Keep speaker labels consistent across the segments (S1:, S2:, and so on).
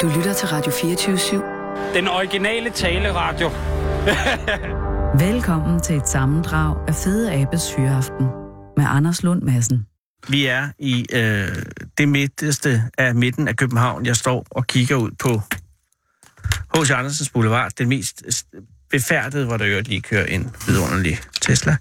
S1: Du lytter til Radio 24
S2: Den originale taleradio.
S1: 7 Velkommen til et sammendrag af Fede Abes Hyreaften med Anders Lund Madsen.
S3: Vi er i øh, det midterste af midten af København. Jeg står og kigger ud på H.C. Andersens Boulevard, den mest s- befærdede, hvor der jo lige kører en vidunderlig Tesla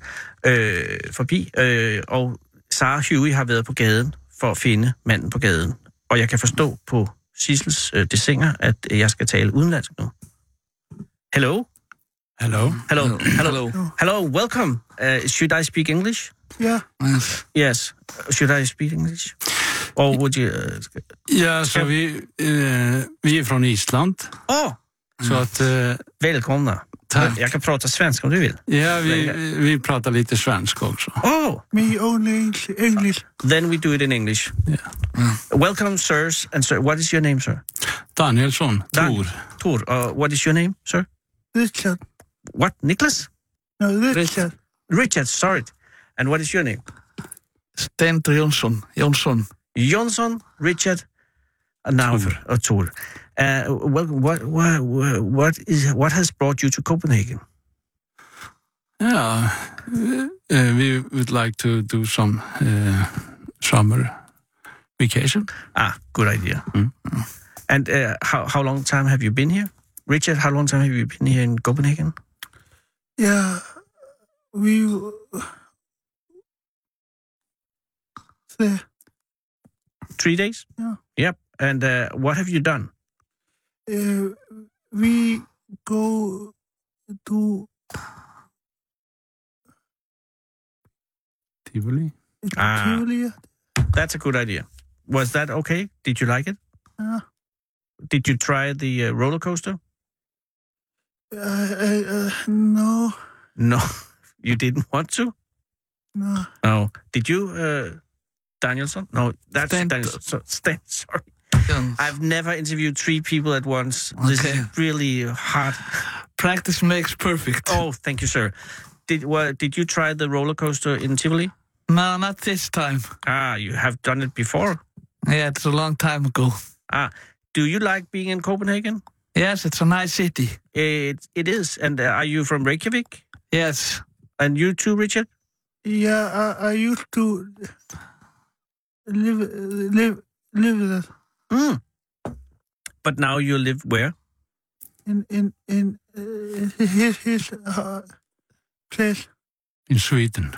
S3: øh, forbi. Øh, og Sarah Huey har været på gaden for at finde manden på gaden. Og jeg kan forstå på Sissels øh, desinger, at øh, jeg skal tale udenlandsk nu. Hello?
S4: Hello.
S3: Hello? Hello? Hello, welcome. Uh, should I speak English?
S4: Yeah.
S3: Yes. Should I speak English? Or would you... Uh,
S4: Ja, så vi, eh, vi är från Island.
S3: oh,
S4: Så
S5: Mm.
S4: att, eh,
S3: välkomna.
S4: Tack.
S3: Jag kan prata svenska om du vill.
S4: ja, vi, vi- vi pratar lite svenska också.
S3: Oh,
S5: Me only English.
S3: then we do it in English. Mm. Welcome, sirs and sir. What is your name, sir?
S4: Danielsson,
S3: Dan-
S4: Tor.
S3: Tor. Uh, what is your name, sir?
S5: Richard.
S3: What? Nicholas?
S5: No,
S6: Richard.
S5: Richard.
S3: Richard, sorry. And what is your name?
S6: Stent Jonsson. Jonsson.
S3: Johnson, Richard, and now uh, Tor. Uh, well, what, what, what, is, what has brought you to Copenhagen?
S4: Yeah. Uh, we would like to do some eh, summer vacation.
S3: Ah, good idea. And uh, how, how long time have you been here? Richard, how long time have you been here in Copenhagen?
S5: Yeah. We. The,
S3: Three days?
S5: Yeah.
S3: Yep. And uh, what have you done?
S5: uh, we go to
S4: Tivoli.
S3: Ah.
S5: Tivoli.
S3: That's a good idea. Was that okay? Did you like it?
S6: Ah.
S5: Yeah.
S3: Did you try the uh, roller coaster?
S5: Uh, uh, uh, no,
S3: No, you didn't want to.
S5: no.
S3: No. Did you, uh, Danielson? No, that's
S6: Stan-
S3: Danielson. So, Stan, sorry. I've never interviewed three people at once. This
S6: Okay.
S3: is really hard.
S6: Practice makes perfect.
S3: Oh, thank you, sir. Did well, did you try the roller coaster in Tivoli?
S6: No, not this time.
S3: Ah, you have done it before.
S6: Yeah, it's a long time ago.
S3: Ah, do you like being in Copenhagen?
S6: Yes, it's a nice city.
S3: It it is. And uh, are you from Reykjavik?
S6: Yes.
S3: And you too, Richard?
S5: Yeah, I, I used to live, live, live that
S6: Hmm.
S3: Mm. But now you live where?
S5: in in in uh, his his uh, place.
S4: In Sweden.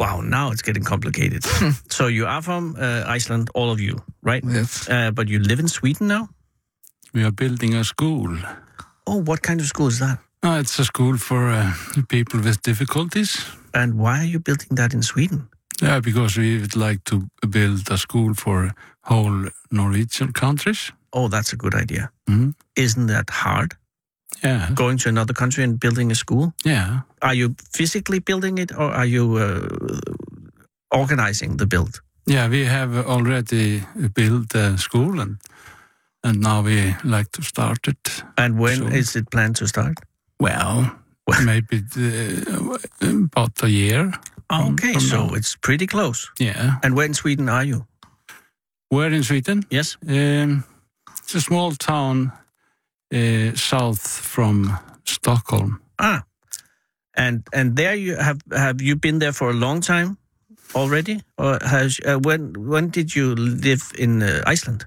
S3: Wow, now it's getting complicated. so you are from uh, Iceland, all of you, right?
S6: Yes.
S3: Uh, but you live in Sweden now?
S4: We are building a school.
S3: Oh, what kind of school is that?
S4: Uh, it's a school for uh, people with difficulties.
S3: And why are you building that in Sweden?
S4: Yeah, because we would like to build a school for whole Norwegian countries.
S3: Oh, that's a good idea.
S4: Mhm.
S3: Isn't that hard?
S4: Yeah,
S3: Going to another country and building a school?
S4: yeah.
S3: Are you physically building it or are you uh, organizing the build?
S4: Yeah, we have already built a school and and now we like to start it.
S3: And when is
S4: So-
S3: it planned to start?
S4: Well, maybe uh, about a year. from-
S3: okay,
S4: from
S3: so
S4: now.
S3: it's pretty close.
S4: Yeah.
S3: And where in Sweden are you?
S4: Where in Sweden?
S3: Yes.
S4: Um, it's a small town uh, south from Stockholm.
S3: Ah, and and there you have have you been there for a long time already, or has uh, when when did you live in uh, Iceland?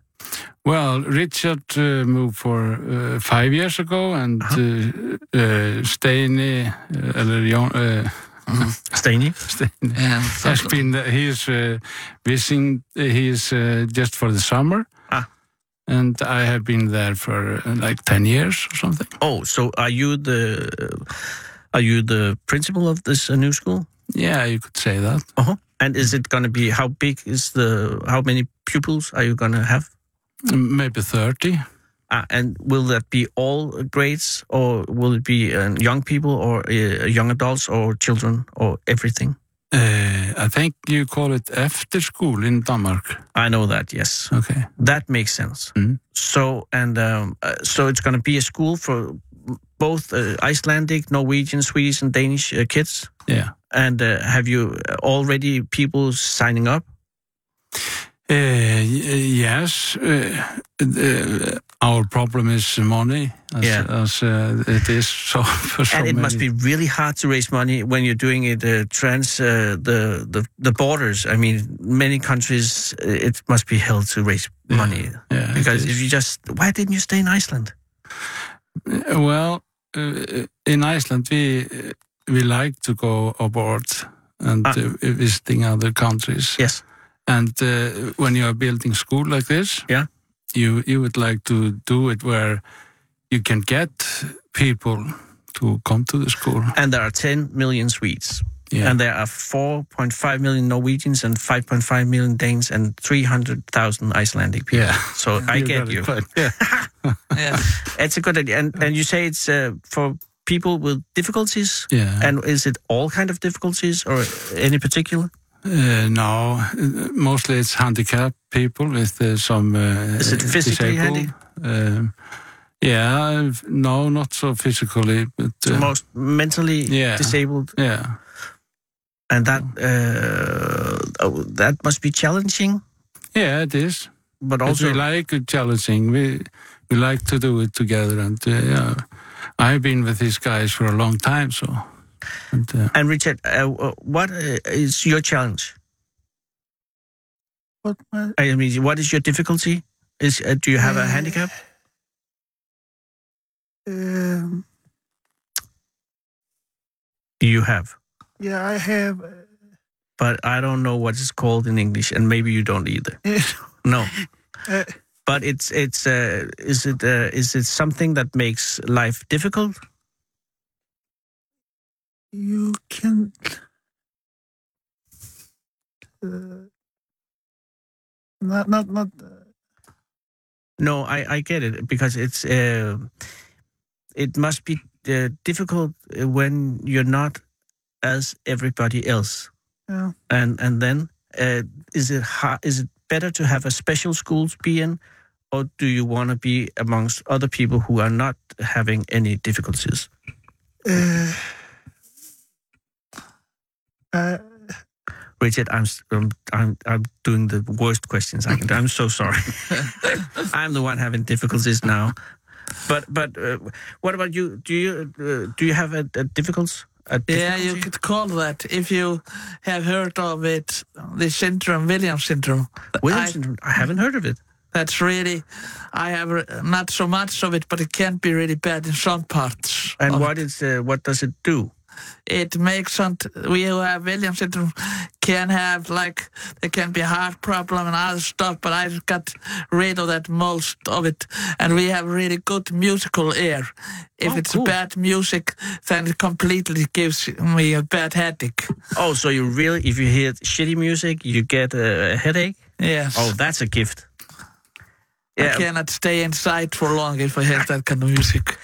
S4: Well, Richard uh, moved for uh, five years ago, and uh uh, Steini, uh, eller Jon- uh,
S3: Steiny.
S4: Steini
S6: Yeah.
S4: has been he is uh, visiting. He is uh, just for the summer,
S3: Ah.
S4: and I have been there for uh, like ten years or something.
S3: Oh, so are you the are you the principal of this uh, new school?
S4: Yeah, you could say that.
S3: Uh huh. And is it going to be how big is the how many pupils are you going to have?
S4: Maybe thirty.
S3: Uh, and will that be all grades, or will it be uh, young people, or uh, young adults, or children, or everything?
S4: Uh, I think you call it after school in Denmark.
S3: I know that. Yes.
S4: Okay.
S3: That makes sense.
S4: Mhm.
S3: So and um, uh, so it's going to be a school for both uh, Icelandic, Norwegian, Swedish, and Danish uh, kids.
S4: Yeah.
S3: And uh, have you already people signing up?
S4: Uh, y- Eh, yes, uh, uh, our problem is money, as,
S3: Yeah.
S4: as uh, it is so for so
S3: and it
S4: many.
S3: must be really hard to raise money when you're doing it uh, trans uh, the, the the borders. I mean, many countries uh, it must be hell to raise money
S4: yeah, it
S3: because
S4: is.
S3: if you just why didn't you stay in Iceland?
S4: Uh, Well, uh, in Iceland, we we like to go abroad and
S3: Ah.
S4: uh, visiting other countries.
S3: Yes,
S4: And uh, when you are building school like this,
S3: Yeah.
S4: you you would like to do it where you can get people to come to the school.
S3: and there are 10 million Swedes,
S4: Yeah,
S3: and there are 4.5 million Norwegians and 5.5 million Danes and 300,000 Icelandic people.
S4: yeah.
S3: So I get
S4: got it
S3: you.
S4: right. Yeah.
S7: Yeah.
S3: It's a good idea, and and you say it's uh, for people with difficulties.
S4: yeah.
S3: And is it all kind of difficulties or any particular?
S4: Uh, no, uh, mostly it's handicapped people with uh, some. Uh,
S3: Is it physically
S4: disabled. Um, yeah, I've- no, not so physically, but uh,
S3: most mentally
S4: Yeah.
S3: disabled,
S4: yeah,
S3: and that uh, oh, that must be challenging.
S4: yeah, it is.
S3: But
S4: But
S3: also,
S4: we like it challenging. We we like to do it together, and uh, yeah, I've been with these guys for a long time, so. And, uh,
S3: and Richard, uh, what uh, is your challenge?
S8: But uh, my,
S3: I mean, what is your difficulty? Is uh, do you have a
S8: Uh,
S3: handicap?
S8: um,
S3: You have,
S8: yeah, I have.
S3: but I don't know what it's called in English, and maybe you don't either.
S8: Uh,
S3: No,
S8: uh,
S3: but it's it's uh, is it uh, is it something that makes life difficult?
S8: you can. Uh, not, not, not. uh,
S3: No, I, I get it because it's uh, it must be uh, difficult uh, when you're not as everybody else,
S8: Yeah.
S3: and and then uh, is it ha- is it better to have a special school to be in, or do you want to be amongst other people who are not having any difficulties?
S8: Uh, uh,
S3: Richard, I'm s- I'm I'm, I'm doing the worst questions I can. do. I'm so sorry. I'm the one having difficulties now. But but uh, what about you? Do you uh, do you have a, a difficult? A
S7: Yeah, you
S3: difficulty?
S7: could call that if you have heard of it, the syndrome, Williams syndrome.
S3: Williams
S7: I-
S3: syndrome? I haven't heard of it.
S7: That's really, I have re- not so much of it, but it can be really bad in some parts.
S3: And
S7: of
S3: what is uh, what does it do?
S7: it makes some we who have Williams syndrome can have like there can be heart problem and other stuff, but I got rid of that most of it, and we have really good musical ear. If
S3: Oh,
S7: it's
S3: cool.
S7: bad music, then it completely gives me a bad headache.
S3: Oh, so you really if you hear shitty music, you get a headache.
S7: Yes,
S3: Oh, that's a gift.
S7: I cannot stay inside for long if I hear that kind of music.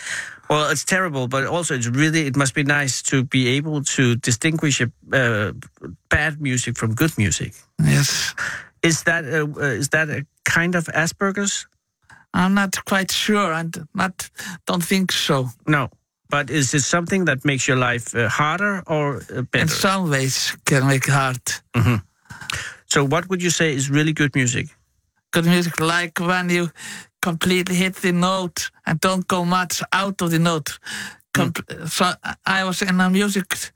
S3: Well, it's terrible, but also it's really it must be nice to be able to distinguish uh, bad music from good music.
S7: Yes,
S3: Is that a, uh, is that a kind of Asperger's?
S7: I'm not quite sure, and not don't think so.
S3: No, but is it something that makes your life uh, harder or uh,
S7: In
S3: better?
S7: some ways, can make it hard.
S3: So, what would you say is really good music?
S7: good music like when you completely hit the note and don't go much out of the note. Com-
S3: Hmm.
S7: So I was in a music,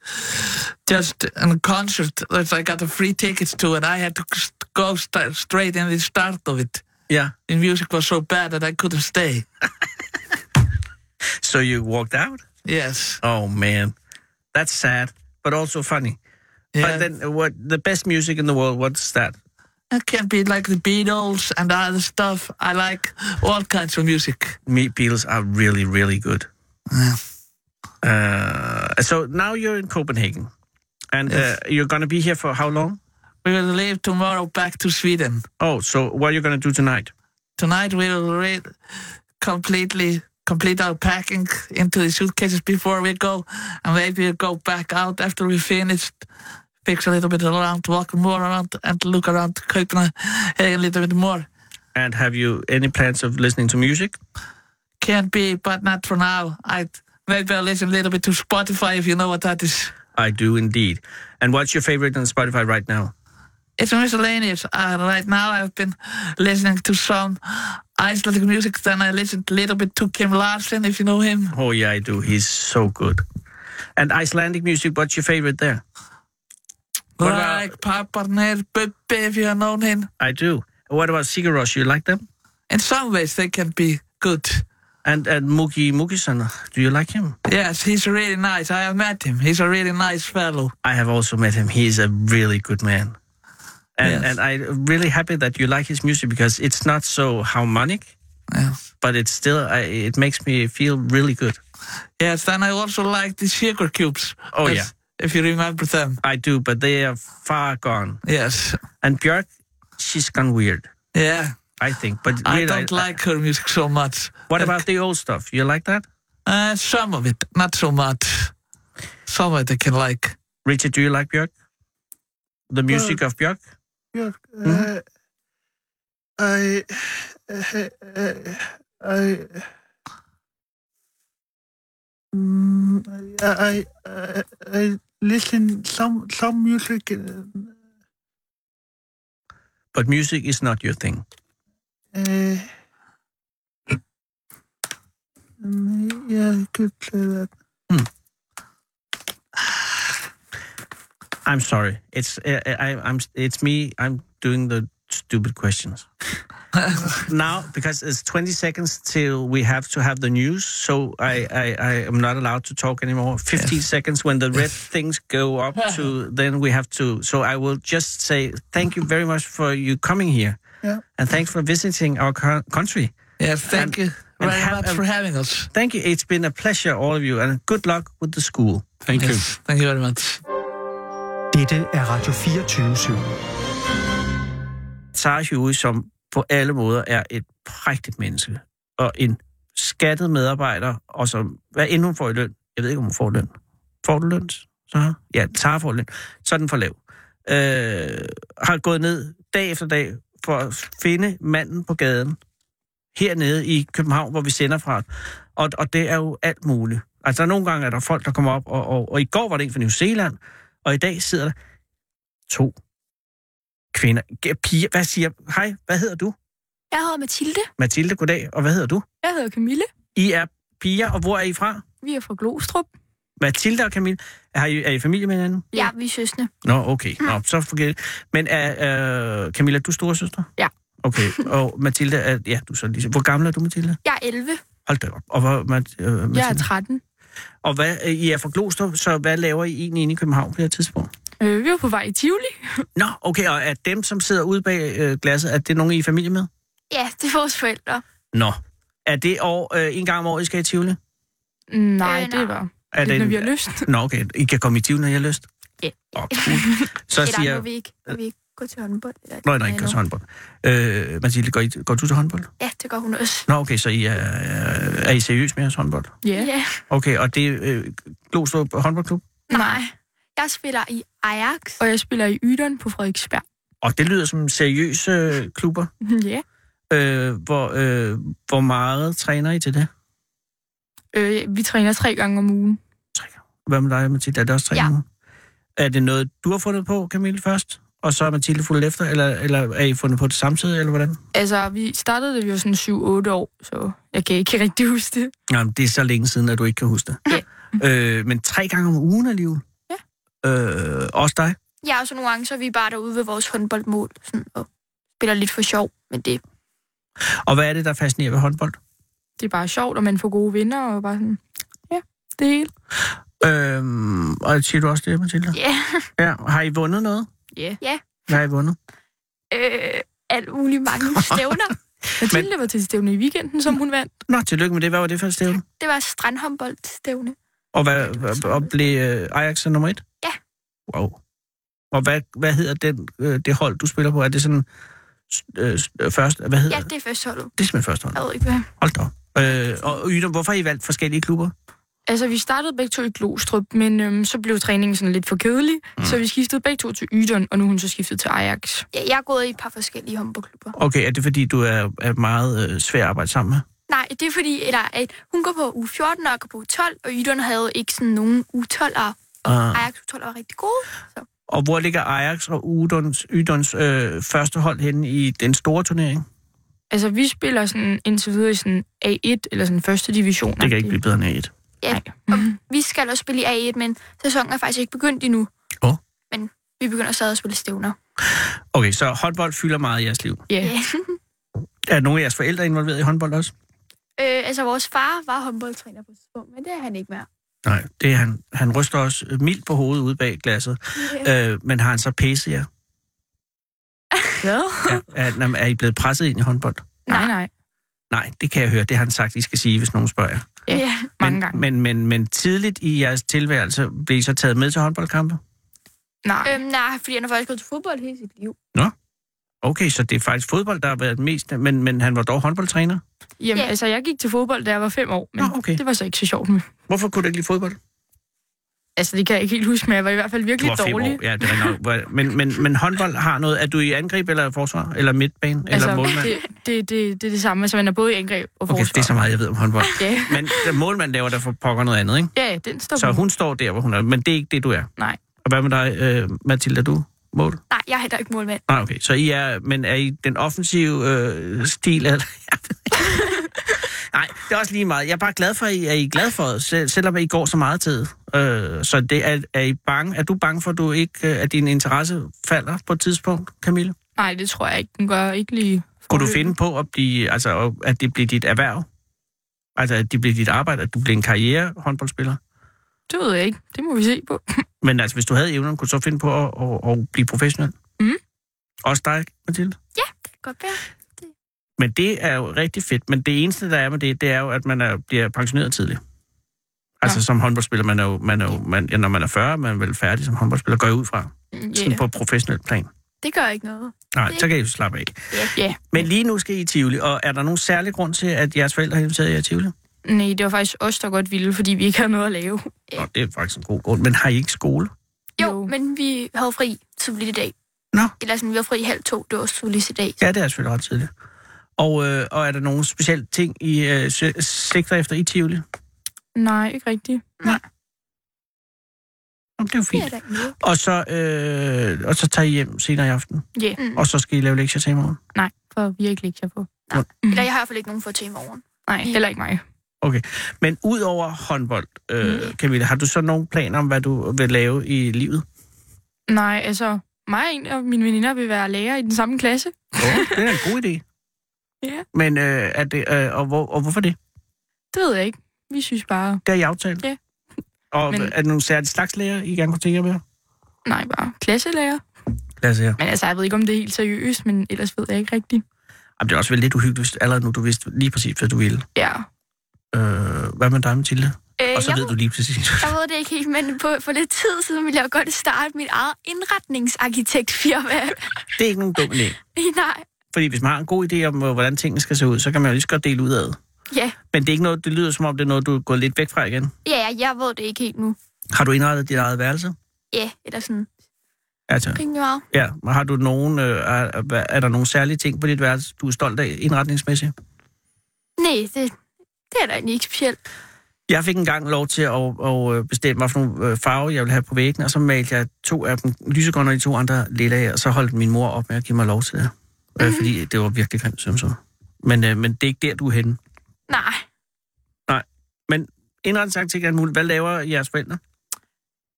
S7: just in a concert that I got a free tickets to, and I had to st- go st- straight in the start of it.
S3: Yeah.
S7: The music was so bad that I couldn't stay.
S3: So you walked out?
S7: Yes.
S3: Oh man, that's sad, but also funny.
S7: Yeah.
S3: But then, uh, what the best music in the world? What's that?
S7: it can be like the Beatles and other stuff. I like all kinds of music.
S3: Meat Beatles are really, really good. Uh, so now you're in Copenhagen, and
S7: Yes.
S3: uh, you're gonna be here for how long?
S7: We will leave tomorrow back to Sweden.
S3: Oh, so what are you gonna do tonight?
S7: tonight we'll re- completely complete our packing into the suitcases before we go and maybe we'll go back out after we finish fix a little bit around walk more around and look around Copenhagen a little bit more
S3: And have you any plans of listening to music?
S7: can be but not for now i maybe i'll listen a little bit to spotify if you know what that is
S3: I do indeed. And what's your favorite on Spotify right now?
S7: it's miscellaneous uh, right now i've been listening to some Icelandic music, then I listened a little bit to Kim Larsen, if you know him.
S3: Oh, yeah, I do. He's so good. And Icelandic music, what's your favorite there? What about-
S7: like Papa Nair, Bubbi, if you have known him.
S3: I do. What about Sigur Rós? You like them?
S7: In some ways, they can be good.
S3: And and Mugi Mugisan, do you like him?
S7: Yes, he's really nice. I have met him. He's a really nice fellow.
S3: I have also met him. He's a really good man. And
S7: Yes.
S3: and I'm really happy that you like his music because it's not so harmonic,
S7: Yes.
S3: but it's still I, it makes me feel really good.
S7: Yes, then I also like the sugar cubes.
S3: Oh,
S7: if-
S3: yeah.
S7: If you remember them.
S3: I do, but they are far gone.
S7: Yes.
S3: And Björk, she's gone weird,
S7: Yeah.
S3: I think. But
S7: I
S3: really,
S7: don't like her music so much.
S3: What about the old stuff? You like that?
S7: Uh, some of it, not so much. Some of it I can like.
S3: Richard, do you like Björk? The music of Björk?
S9: Björk,
S7: Mhm.
S3: eh,
S9: uh, I, uh,
S3: eh,
S9: uh, I, Mm,
S3: eh,
S9: I, I, I, I listen some some music. Uh,
S3: But music is not your thing. eh,
S9: uh, mm, yeah, I could say that.
S3: I'm sorry. It's uh, I, I'm it's me. I'm doing the stupid questions. now because it's 20 seconds till we have to have the news, so I I, I am not allowed to talk anymore. 15 seconds when the red things go up to then we have to. So I will just say thank you very much for you coming here.
S9: Yeah.
S3: And thanks for visiting our co- country.
S7: Yes, thank you
S3: and
S7: very
S3: have
S7: much
S3: a-
S7: for having us.
S3: Thank you. It's been a pleasure, all of you, and good luck with the school.
S4: Thank you.
S7: Yes, thank you very much.
S10: Dette er Radio 24 /7.
S3: Sarah Huey, som på alle måder er et prægtigt menneske, og en skattet medarbejder, og som, hvad end hun får i løn, jeg ved ikke, om hun får løn. Får du løn, Sarah? Ja, Sarah får løn. Så er den for lav. Øh, har gået ned dag efter dag for at finde manden på gaden hernede i København, hvor vi sender fra. Og, og det er jo alt muligt. Altså, nogle gange er der folk, der kommer op, og, og, og i går var det en fra New Zealand, og i dag sidder der to kvinder. G- Piger, hvad siger... Hej, hvad hedder du?
S11: Jeg hedder Mathilde.
S3: Mathilde, goddag. Og hvad hedder du?
S11: Jeg hedder Camille.
S3: I er piger, og hvor er I fra?
S11: Vi er fra Glostrup.
S3: Mathilde og Camille. Er I, er I familie med hinanden?
S11: Ja, vi er søsne.
S3: Nå, okay.
S11: Mm.
S3: Nå, så forget det. Men er, øh, Camilla, er du storesøster?
S11: Ja.
S3: Okay, og Mathilde er... Ja, du er så lige... Hvor gammel er du, Mathilde?
S11: Jeg er 11.
S3: Hold da op. Og, hvor, Mat, øh,
S11: Jeg er
S3: Mathilde?
S11: 13.
S3: og hvad, øh, I er fra Glostrup, så hvad laver I egentlig inde i København på det her tidspunkt?
S11: Øh, vi var på vej i Tivoli.
S3: Nå, okay, og er dem, som sidder ude bag øh, glasset, er det nogen, I er familie med?
S11: Ja, Altså, det er vores forældre.
S3: Nå. Er det år, øh, en gang om året, I skal i Tivoli?
S12: Nej,
S11: Øh,
S12: øh, det var
S3: Er
S12: det, når
S3: en-
S12: vi har lyst.
S3: Nå, okay. I kan komme i Tivoli, når jeg har lyst?
S11: Ja.
S3: Åh, cool. Så
S11: Eller
S3: siger...
S11: må vi ikke, må vi ikke gå til håndbold? Eller
S3: Nå, nej, ikke går til håndbold. Øh, Mathilde, går, I, går du til håndbold?
S11: Ja, det gør hun også.
S3: Nå, okay, så I er, er I seriøs med jeres håndbold?
S12: Ja.
S11: Ja.
S3: Okay, og det er øh, Glostrup håndboldklub?
S11: Nej. Jeg spiller i Ajax.
S12: Og jeg spiller i Yderen på Frederiksberg.
S3: Og det lyder som seriøse øh, klubber.
S12: ja.
S3: Øh, hvor, øh, hvor meget træner I til det?
S12: Øh, vi træner tre gange om ugen.
S3: Hvad med dig, Mathilde? Er det også
S11: Ja.
S3: træning? Ja. Er det noget, du har fundet på, Camille, først? Og så er Mathilde fuldt efter? Eller, eller er I fundet på det samtidig, eller hvordan?
S12: Altså, vi startede, da vi var sådan 7-8 år, så jeg kan ikke rigtig huske det.
S3: Jamen, det er så længe siden, at du ikke kan huske det. Ja. Øh, men tre gange om ugen alligevel. Ja. Øh, også dig.
S11: Ja, og så nogle gange, så er vi bare derude ved vores håndboldmål sådan, og spiller lidt for sjov. Men det,
S3: Og hvad er det, der fascinerer ved håndbold?
S12: Det er bare sjovt, og man får gode venner, og bare sådan, ja, det hele.
S3: Øh, og siger du også det, Mathilde?
S11: ja,
S3: Ja. Har I vundet noget?
S12: Ja.
S11: Ja.
S3: Hvad har I vundet?
S11: øh, alt muligt mange stævner.
S12: Mathilde var til stævne i weekenden, som hun vandt.
S3: Nå, tillykke med det. Hvad var det for et stævne?
S11: Det var strandhåndboldstævne.
S3: Og, hvad, hvad- og blev øh, Ajax så nummer et?
S11: Ja.
S3: Wow. Og hvad, hvad hedder den, øh, det hold, du spiller på? Er det sådan s- øh, s- øh, først? Hvad hedder
S11: Ja,
S3: det?
S11: det er første holdet.
S3: Det er simpelthen første hold.
S11: Jeg ved ikke, hvad.
S3: Hold da op. Øh, og Ydom, hvorfor har I valgt forskellige klubber?
S12: Altså, vi startede begge to i Glostrup, men øhm, så blev træningen sådan lidt for kedelig, mm. så vi skiftede begge to til Yderen, og nu er hun så skiftet til Ajax.
S11: Ja, jeg er gået i et par forskellige håndboldklubber.
S3: Okay, er det fordi, du er, er meget øh, svær at arbejde sammen med?
S11: Nej, det er fordi, eller, at hun går på u 14, og jeg går på u 12, og Ydun havde ikke sådan nogen u 12'ere.
S3: Ah.
S11: Ajax u 12 var rigtig gode. Så.
S3: Og hvor ligger Ajax og Udons, Ydons øh, første hold henne i den store turnering?
S12: Altså, vi spiller sådan indtil videre i sådan A1, eller sådan første division.
S3: Det kan ikke blive bedre end A1.
S11: Vi skal også spille i A1, men sæsonen er faktisk ikke begyndt endnu.
S3: Åh.
S11: Men vi begynder stadig at spille stævner.
S3: Okay, så håndbold fylder meget i jeres liv.
S12: Ja.
S11: Ja.
S3: Er nogle af jeres forældre involveret i håndbold også?
S11: øh, altså, vores far var håndboldtræner på et tidspunkt, men det er han ikke mere.
S3: Nej, det er han. Han ryster også øh, mildt på hovedet ude bag glasset. Øh, men har han så pæset jer?
S12: Hvad?
S3: Er, er, er I blevet presset ind i håndbold?
S12: Nej, nej.
S3: Nej, det kan jeg høre. Det har han sagt, I skal sige, hvis nogen spørger jer.
S12: Ja.
S11: ja.
S12: Mange
S3: men,
S12: gange.
S3: Men, men, men tidligt i jeres tilværelse blev I så taget med til håndboldkampe?
S12: Nej.
S11: Øhm, nej, fordi han har faktisk gået til fodbold hele sit liv.
S3: Okay, så det er faktisk fodbold, der har været mest, men, men han var dog håndboldtræner.
S12: Jamen,
S11: ja.
S12: altså, jeg gik til fodbold, da jeg var fem år, men
S3: Nå, Ah, okay.
S12: det var så ikke så sjovt. Med.
S3: Hvorfor kunne du ikke lide fodbold?
S12: Altså, det kan jeg ikke helt huske, men jeg var i hvert fald
S3: Du
S12: virkelig
S3: var fem
S12: dårlig.
S3: år. Ja, det er nok. Hvor- Men, men, men håndbold har noget... Er du i angreb eller forsvar? Eller midtbane? Eller
S12: altså,
S3: målmand?
S12: det, det, det, det er det samme. Altså, man er både i angreb og forsvar.
S3: Okay, det er så meget, jeg ved om håndbold.
S12: Ja,
S3: Men da målmand laver der for pokker noget andet, ikke?
S12: ja den står
S3: Så
S12: på.
S3: hun står der, hvor hun er. Men det er ikke det, du er.
S12: Nej.
S3: Og hvad med dig, øh, Mathilde? Er du mål?
S11: Nej, jeg er heller ikke målmand.
S3: Nej, Ah, okay. Så I er, men er I den offensive øh, stil? Eller? Jeg ved ikke. Nej, det er også lige meget. Jeg er bare glad for, at I er I er glad for det, sel- selvom I går så meget tid. Øh, så det er, er, I bange, er du bange for, at, du ikke, øh, at din interesse falder på et tidspunkt, Camille?
S12: Nej, det tror jeg ikke. Den gør ikke lige...
S3: Kunne du
S12: forløbig.
S3: finde på, at, blive, altså, at det bliver dit erhverv? Altså, at det bliver dit arbejde, at du bliver en karriere håndboldspiller?
S12: Det ved jeg ikke. Det må vi se på.
S3: Men altså, hvis du havde evnen, kunne du så finde på at, at, at blive professionel?
S12: Mhm.
S3: Også dig, Mathilde?
S11: Godt være.
S3: Men det er jo rigtig fedt. Men det eneste, der er med det, det er jo, at man er, bliver pensioneret tidligt. Altså som håndboldspiller, man er jo, man er jo man, ja, når man er 40, er man er vel færdig som håndboldspiller, går jeg ud fra. Sådan
S12: Ja,
S3: på professionel plan.
S11: Det gør ikke noget.
S3: Nej,
S11: Det-
S3: så kan I jo slappe af.
S12: ja.
S3: Men lige nu skal I i Tivoli, og er der nogen særlig grund til, at jeres forældre har inviteret jer i Tivoli?
S12: Nej, det var faktisk os, der godt ville, fordi vi ikke havde noget at lave.
S3: Nå, det er faktisk en god grund. Men har I ikke skole?
S11: Jo,
S12: Jo.
S11: jo. men vi havde fri tidligt i dag.
S3: Nå.
S11: Eller sådan, vi var fri i halv to, det var tidligt i dag.
S3: Ja, det er selvfølgelig ret tidligt. Og, øh, og er der nogle specielle ting, I øh, sø- sigter efter i Tivoli?
S12: Nej, ikke rigtigt.
S3: Nå, det er jo
S11: Det
S3: fint.
S11: er der ikke noget.
S3: Og så, øh, og så tager I hjem senere i aften,
S12: Ja, yeah,
S3: og så skal I lave lektier til i morgen.
S12: for virkelig ikke jeg på. Mm.
S11: Eller jeg har i hvert fald ikke nogen for til i morgen.
S12: Nej, heller ikke mig.
S3: Men udover håndbold, øh, Camilla, har du så nogle planer om, hvad du vil lave i livet?
S12: Nej, altså, mig og en af mine veninder vil være lærer i den samme klasse.
S3: Oh, det er en god idé.
S12: Ja.
S3: Men øh, er det, øh, og, hvor, og hvorfor det?
S12: Det ved jeg ikke. Vi synes bare...
S3: Det har I aftalt.
S12: Ja.
S3: Og Men...
S12: Men-
S3: er der nogle særlige slags lærer, I gerne kunne tænke jer med?
S12: Nej, bare klasselærer.
S3: Lad os her.
S12: Men altså, jeg ved ikke, om det er helt seriøst, men ellers ved jeg ikke rigtigt.
S3: Jamen, det er også vel lidt uhyggeligt, hvis allerede nu du vidste lige præcis, hvad du ville.
S12: Ja.
S3: Øh, hvad med dig, Mathilde?
S11: Øh,
S3: Og så
S11: jeg,
S3: ved du lige præcis.
S11: jeg ved det ikke helt, men på, for lidt tid siden ville jeg godt starte mit eget indretningsarkitektfirma.
S3: det er ikke nogen dum idé.
S11: Nej,
S3: Fordi hvis man har en god idé om, øh, hvordan tingene skal se ud, så kan man jo lige så godt dele ud af det.
S11: Ja.
S3: Men det er ikke noget, det lyder som om, det er noget, du er gået lidt væk fra igen.
S11: ja, ja, jeg ved det ikke helt nu.
S3: Har du indrettet dit eget værelse?
S11: Ja, eller sådan
S3: Altså,
S11: rimelig meget.
S3: ja. Men Har du nogen, øh, er, hvad- er der nogle særlige ting på dit værelse, du er stolt af indretningsmæssigt?
S11: Nej, det, det er da egentlig ikke specielt.
S3: Jeg fik engang lov til at, at øh, bestemme, hvad for nogle øh, farver jeg ville have på væggen, og så malte jeg to af dem lysegrønne og de to andre lilla af, og så holdt min mor op med at give mig lov til det.
S12: Mm.
S3: Mm-hmm. Fordi det var virkelig grimt, synes jeg. Men, øh, men det er ikke der, du er henne.
S11: Nej,
S3: Indretningsaktik er en mulighed. Hvad laver jeres forældre?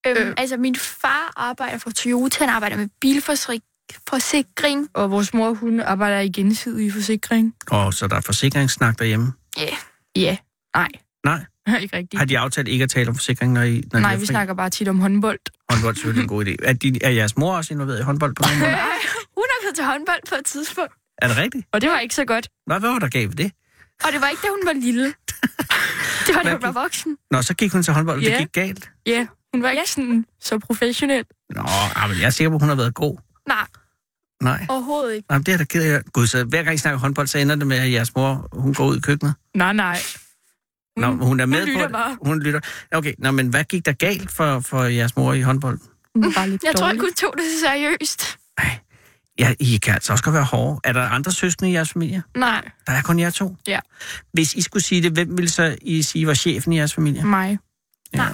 S11: øhm,
S12: Øh.
S11: øh. altså min far arbejder for Toyota, han arbejder med bilforsikring.
S12: Og vores mor, hun arbejder i gensidig forsikring.
S3: Og så er der forsikringssnak derhjemme.
S12: Ja. Nej.
S3: Nej.
S12: ikke rigtigt.
S3: Har de aftalt ikke at tale om forsikring, når I når de
S12: Nej,
S3: er
S12: vi
S3: fri?
S12: snakker bare tit om håndbold.
S3: Håndbold er selvfølgelig en god idé. Er, de, er jeres mor også involveret i håndbold på nogen måde?
S11: Hun har gået til håndbold på et tidspunkt,
S3: Er det rigtigt?
S12: Og det var ikke så godt.
S3: Nå, hvad var der gav det?
S11: og det var ikke, da hun var lille. Det var, da hun var voksen.
S3: Nå, så gik hun til håndbold, og
S12: Ja.
S3: det gik galt.
S12: Ja, hun var ikke sådan så professionel.
S3: Nå, ah, men jeg er sikker på, at hun har været god.
S11: Nej,
S3: Nej.
S11: overhovedet ikke.
S3: Jamen, det er da ked af. Gud, så hver gang I snakker håndbold, så ender det med, at jeres mor, hun går ud i køkkenet.
S12: Nej, nej.
S3: Nå,
S12: Mm. Hun-
S3: men hun er med
S12: lytter
S3: på
S12: bare.
S3: det. Hun lytter Okay, nå, men hvad gik der galt for, for jeres mor i håndbold?
S12: Hun var bare lidt
S11: Jeg tror
S12: dårlig.
S11: ikke, hun tog det så seriøst.
S3: Ja, I kan altså også godt være hårde. Er der andre søskende i jeres familie?
S12: Nej,
S3: Der er kun jer to?
S12: Ja.
S3: Hvis I skulle sige det, hvem ville så I sige var chefen i jeres familie?
S12: mig.
S3: Ja.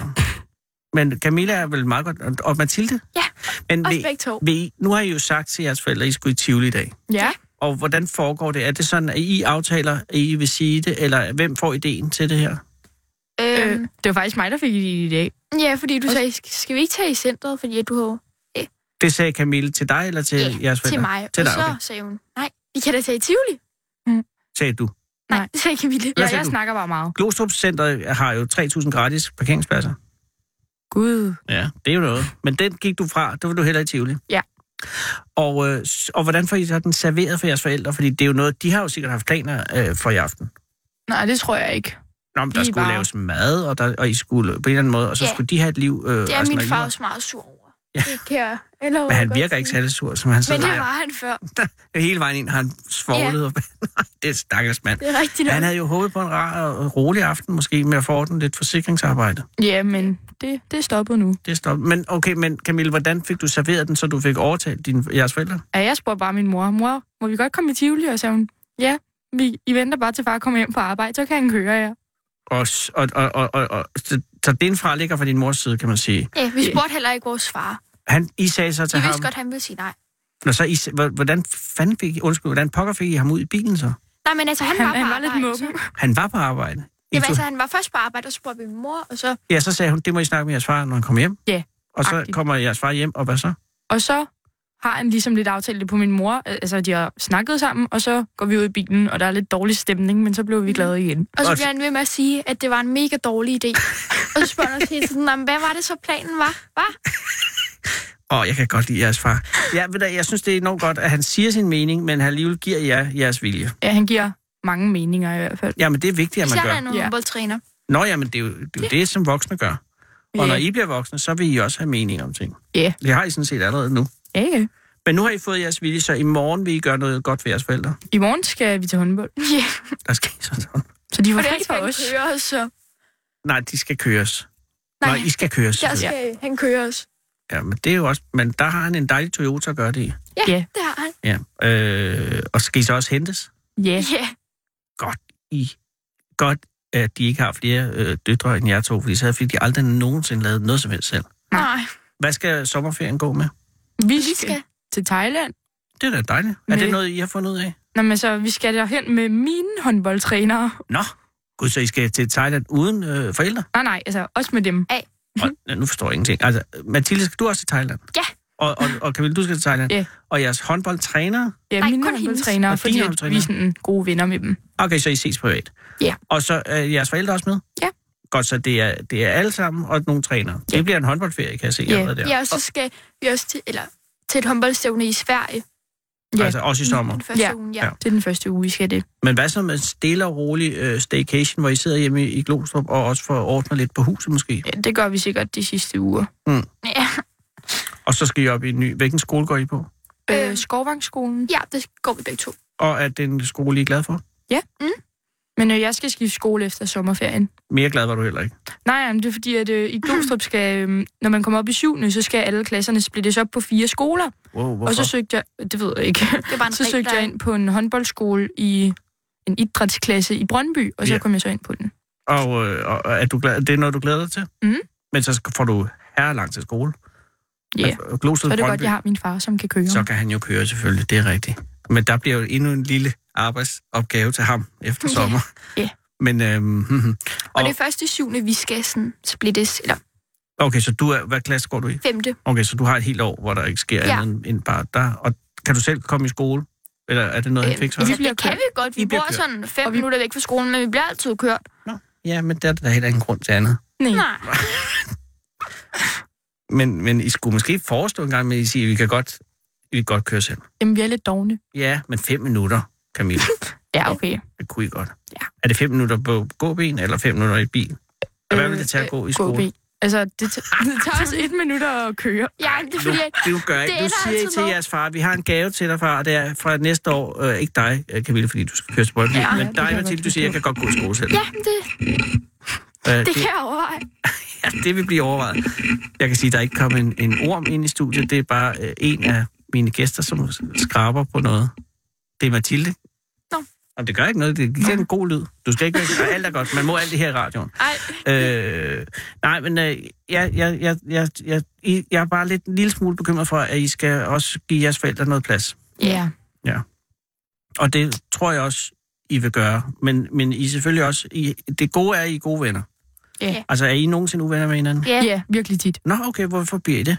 S3: Men Camilla er vel meget godt... Og Mathilde?
S11: Ja,
S3: Men
S11: Også
S3: vil,
S11: begge to.
S3: vil I, nu har I jo sagt til jeres forældre, at I skulle i Tivoli i dag.
S12: Ja,
S3: Og hvordan foregår det? Er det sådan, at I aftaler, at I vil sige det, eller hvem får ideen til det her?
S12: Øh,
S11: Øhm,
S12: det var faktisk mig, der fik det i dag.
S11: ja, fordi du
S12: og-
S11: sagde, "Sk- skal vi ikke tage i centret, fordi at du har
S3: Det sagde Camille til dig, eller til
S11: Ja,
S3: jeres forældre?
S11: til mig.
S3: Til
S11: og
S3: dig,
S11: så
S3: okay.
S11: sagde hun, nej, vi kan da tage i Tivoli.
S3: Sagde du.
S11: Nej,
S12: Nej.
S11: det sagde Camille.
S3: Hvad
S12: Ja,
S3: sagde
S12: jeg
S3: du?
S12: snakker bare meget.
S3: Glostrup Center har jo 3.000 gratis parkeringspladser.
S12: Gud.
S3: Ja, det er jo noget. Men den gik du fra, der var du heller i Tivoli.
S12: Ja.
S3: Og, øh, s- og hvordan får I så den serveret for jeres forældre? Fordi det er jo noget, de har jo sikkert haft planer øh, for i aften.
S12: Nej, det tror jeg ikke.
S3: Nå, men der
S12: Lige
S3: skulle
S12: bare-
S3: laves mad, og, der, og I skulle på en eller anden måde, og så
S11: Ja.
S3: skulle de have et liv. Øh,
S11: Det er
S3: resten
S11: min
S3: af
S11: far
S3: livet.
S11: også meget sur over. Ja. Det kan jeg eller
S3: Men han virker ikke særlig sur, som han
S11: Men
S3: sidder
S11: det
S3: og
S11: var han før.
S3: leger. Hele vejen ind har han svoglet. Og, nej, det er stakkels mand.
S11: Det er rigtigt nok.
S3: Han havde jo håbet på en rar og rolig aften, måske med at få ordnet lidt forsikringsarbejde.
S12: Ja, men det, det er stoppet nu.
S3: Det er stoppet. Men okay, men Camille, hvordan fik du serveret den, så du fik overtalt dine, jeres forældre?
S12: Ja, jeg spurgte bare min mor, mor, må vi godt komme i Tivoli? Og så sagde hun, ja, vi, I venter bare til far kommer hjem fra arbejde, så kan han køre jer.
S3: Og, s- og, og, og, og, og så, så din far ligger fra din mors side, kan man sige.
S11: Ja, vi spurgte heller ikke vores far.
S3: Han, I sagde så
S11: Vi
S3: til ham...
S11: vidste godt, han ville sige nej.
S3: Nå, så I, s- hvor- hvordan fanden fik I, undskyld, hvordan pokker fik I ham ud i bilen så?
S11: Nej, men altså, han,
S12: Han-
S11: var,
S12: han
S11: på
S12: var lidt
S11: arbejde,
S12: muggen.
S11: så-
S3: Han var på arbejde. I
S11: Jamen,
S3: tog-
S11: altså, han var først på arbejde, og så spurgte vi min mor, og så...
S3: Ja, så sagde hun, det må I snakke med jeres far, når han kommer hjem.
S12: Ja,
S3: Og så
S12: agtigt.
S3: kommer jeres far hjem, og hvad så?
S12: Og så har han ligesom lidt aftalt det på min mor, øh, altså de har snakket sammen, og så går vi ud i bilen, og der er lidt dårlig stemning, men så blev vi glade igen.
S11: Og så
S3: Og-
S11: bliver han ved med at sige, at det var en mega dårlig idé. og så spørger han os hele tiden, "Nå, men hvad var det så planen var? Var?
S3: Åh, jeg kan godt lide jeres far. Ja, ved du, jeg synes, det er enormt godt, at han siger sin mening, men han alligevel giver jer jeres vilje.
S12: Ja, han giver mange meninger i hvert fald.
S3: Jamen, det er vigtigt, at man
S11: Især
S3: gør.
S11: han er en
S12: Ja.
S11: håndboldtræner.
S3: Nå, jamen, det er jo det, er jo det som voksne gør. Og
S12: Ja.
S3: når I bliver voksne, så vil I også have mening om ting.
S12: Ja.
S3: Det har I sådan set allerede nu.
S12: Ja, ja.
S3: Men nu har I fået jeres vilje, så i morgen vil I gøre noget godt for jeres forældre.
S12: I morgen skal vi til håndbold,
S11: Ja,
S3: Der skal I sådan.
S12: så de
S11: og
S12: var
S11: det
S12: fri for
S11: skal han
S12: os.
S11: køre os, så...
S3: Nej, de skal køres.
S11: Nej,
S3: Nej, I skal køres.
S11: der
S3: selvfølgelig.
S11: skal han køre os.
S3: Ja, men det er jo også... Men der har han en dejlig Toyota at gøre det i.
S12: Ja,
S11: Det har han.
S3: Ja. Øh, og skal I så også hentes?
S12: ja.
S11: Ja,
S3: i godt, at de ikke har flere øh, døtre end jer to, fordi så fik de aldrig nogensinde lavet noget som helst selv.
S11: nej.
S3: Hvad skal sommerferien gå med?
S12: Vi
S11: Vi skal.
S12: skal til Thailand.
S3: Det er da dejligt. Er det
S12: Med-
S3: noget, I har fundet ud af?
S12: Nå, men så vi skal derhen med mine håndboldtrænere.
S3: Nå, gud, så I skal til Thailand uden øh, forældre?
S12: Nej, nej, altså også med dem. Mhm.
S3: Og, nej, nu forstår jeg ingenting. Altså, Mathilde, skal du også til Thailand?
S11: Ja.
S3: Og, og, og Camille, du skal til Thailand?
S12: Ja.
S3: Og jeres håndboldtræner?
S12: Ja,
S11: Nej,
S12: Nej, mine
S11: kun hendes.
S12: håndboldtrænere,
S3: Og
S12: fordi
S3: dine
S12: at vi er sådan gode venner med dem.
S3: Okay, så I ses privat?
S12: Ja.
S3: Og så øh, jeres forældre også med?
S12: Ja.
S3: Godt, så det er, det er alle sammen og nogle trænere. Ja. Det bliver en håndboldferie, kan jeg se.
S12: Ja.
S3: allerede Der.
S11: Ja, og så skal vi også til, eller, til et håndboldstævne i Sverige.
S12: Ja.
S3: Altså også i sommer.
S11: Den første
S12: Ja.
S11: uge,
S3: Ja.
S11: ja.
S12: Det er den første uge, vi skal det.
S3: Men hvad så med en stille og rolig øh, staycation, hvor I sidder hjemme i Glostrup og også får ordnet lidt på huset måske?
S12: Ja, det gør vi sikkert de sidste uger.
S11: ja.
S3: Og så skal I op i en ny... Hvilken skole går I på?
S11: Øh.
S12: Øh, Skovvangsskolen.
S11: Ja, det går vi begge to.
S3: Og er den skole, I er glad for?
S12: Men øh, jeg skal skifte skole efter sommerferien.
S3: Mere glad var du heller ikke.
S12: Nej, jamen, det er fordi, at øh, i Glostrup skal, øh, når man kommer op i syvende, så skal alle klasserne splittes op på fire skoler. Hvorfor?
S3: Wow, hvorfor?
S12: Og så søgte jeg, det ved jeg ikke,
S11: Det var en
S12: så
S11: regel,
S12: søgte
S11: der
S12: jeg
S11: er.
S12: ind på en håndboldskole i en idrætsklasse i Brøndby, og så
S3: Ja.
S12: kom jeg så ind på den.
S3: og, øh, og er du glad... det er noget, du glæder dig til?
S12: Mhm.
S3: Men så skal- får du herre langt til skole.
S12: Ja, yeah.
S3: Altså, Glostrup,
S12: så er det godt,
S3: Brøndby,
S12: jeg har min far, som kan køre.
S3: Så kan han jo køre selvfølgelig, det er rigtigt. Men der bliver jo endnu en lille arbejdsopgave til ham efter
S11: Ja.
S3: sommer.
S12: Ja.
S3: Men, øhm,
S11: Og,
S3: Og-
S11: det er første syvende, vi skal sådan splittes, eller
S3: okay, så du er, hvad klasse går du i?
S11: femte.
S3: Okay, så du har et helt år, hvor der ikke sker ja.
S11: Ja.
S3: andet end- end bare der. Og kan du selv komme i skole? Eller er det noget, han
S11: Øhm,
S3: fik så?
S11: altså,
S12: Vi bliver
S11: det kan vi godt. Vi,
S3: I bliver
S11: bor
S3: kørt.
S11: sådan fem
S12: Og vi-
S11: minutter væk fra skolen, men vi bliver altid kørt.
S3: Ja, men der er der heller ingen grund til andet.
S12: Nej.
S11: Nej.
S3: Men, men I skulle måske forestå en gang med, at I siger, at vi kan godt, I kan godt køre selv.
S12: Jamen, vi er lidt dogne.
S3: Ja, men fem minutter, Camille.
S12: Ja, okay.
S3: det kunne I godt.
S12: Ja.
S3: Er det fem minutter på gåben, eller fem minutter i bil? Og hvad vil det
S11: Øh,
S3: tage at gå i skole?
S12: KB. Altså, det, t- det tager os et minut at køre.
S11: Ja, det er
S3: Nu,
S11: fordi, at
S3: nu gør
S11: det
S3: ikke.
S11: er
S3: Nu
S11: der
S3: siger I
S11: altid
S3: til
S11: noget.
S3: jeres far, vi har en gave til dig, far, og det er fra næste år, øh, ikke dig, øh, Camille, fordi du skal køre til Brøndby,
S11: Ja,
S3: ja, men
S12: det kan
S3: dig,
S12: jeg godt
S3: Mathilde, du siger, jeg kan godt gå i skole selv.
S11: ja, det,
S3: Øh,
S11: det kan jeg overveje.
S3: Ja, det vil blive overvejet. Jeg kan sige, at der er ikke kommet en, en orm ind i studiet. Det er bare øh, en af mine gæster, som skraber på noget. Det er Mathilde.
S11: Nå.
S3: Jamen, det gør ikke noget. Det giver en god lyd. Du skal ikke gøre alt er godt. Man må alt det her i radioen.
S11: Ej,
S3: Øh, nej, men øh, jeg, jeg, jeg, jeg, jeg, I- jeg er bare lidt en lille smule bekymret for, at I skal også give jeres forældre noget plads.
S12: Ja.
S3: Ja. Og det tror jeg også, I vil gøre. Men, men I er selvfølgelig også... I, det gode er, at I er gode venner.
S13: Ja.
S3: Altså, er I nogensinde uvenner med hinanden?
S11: Ja.
S13: Ja, virkelig tit.
S3: Nå, okay, hvorfor bliver I det?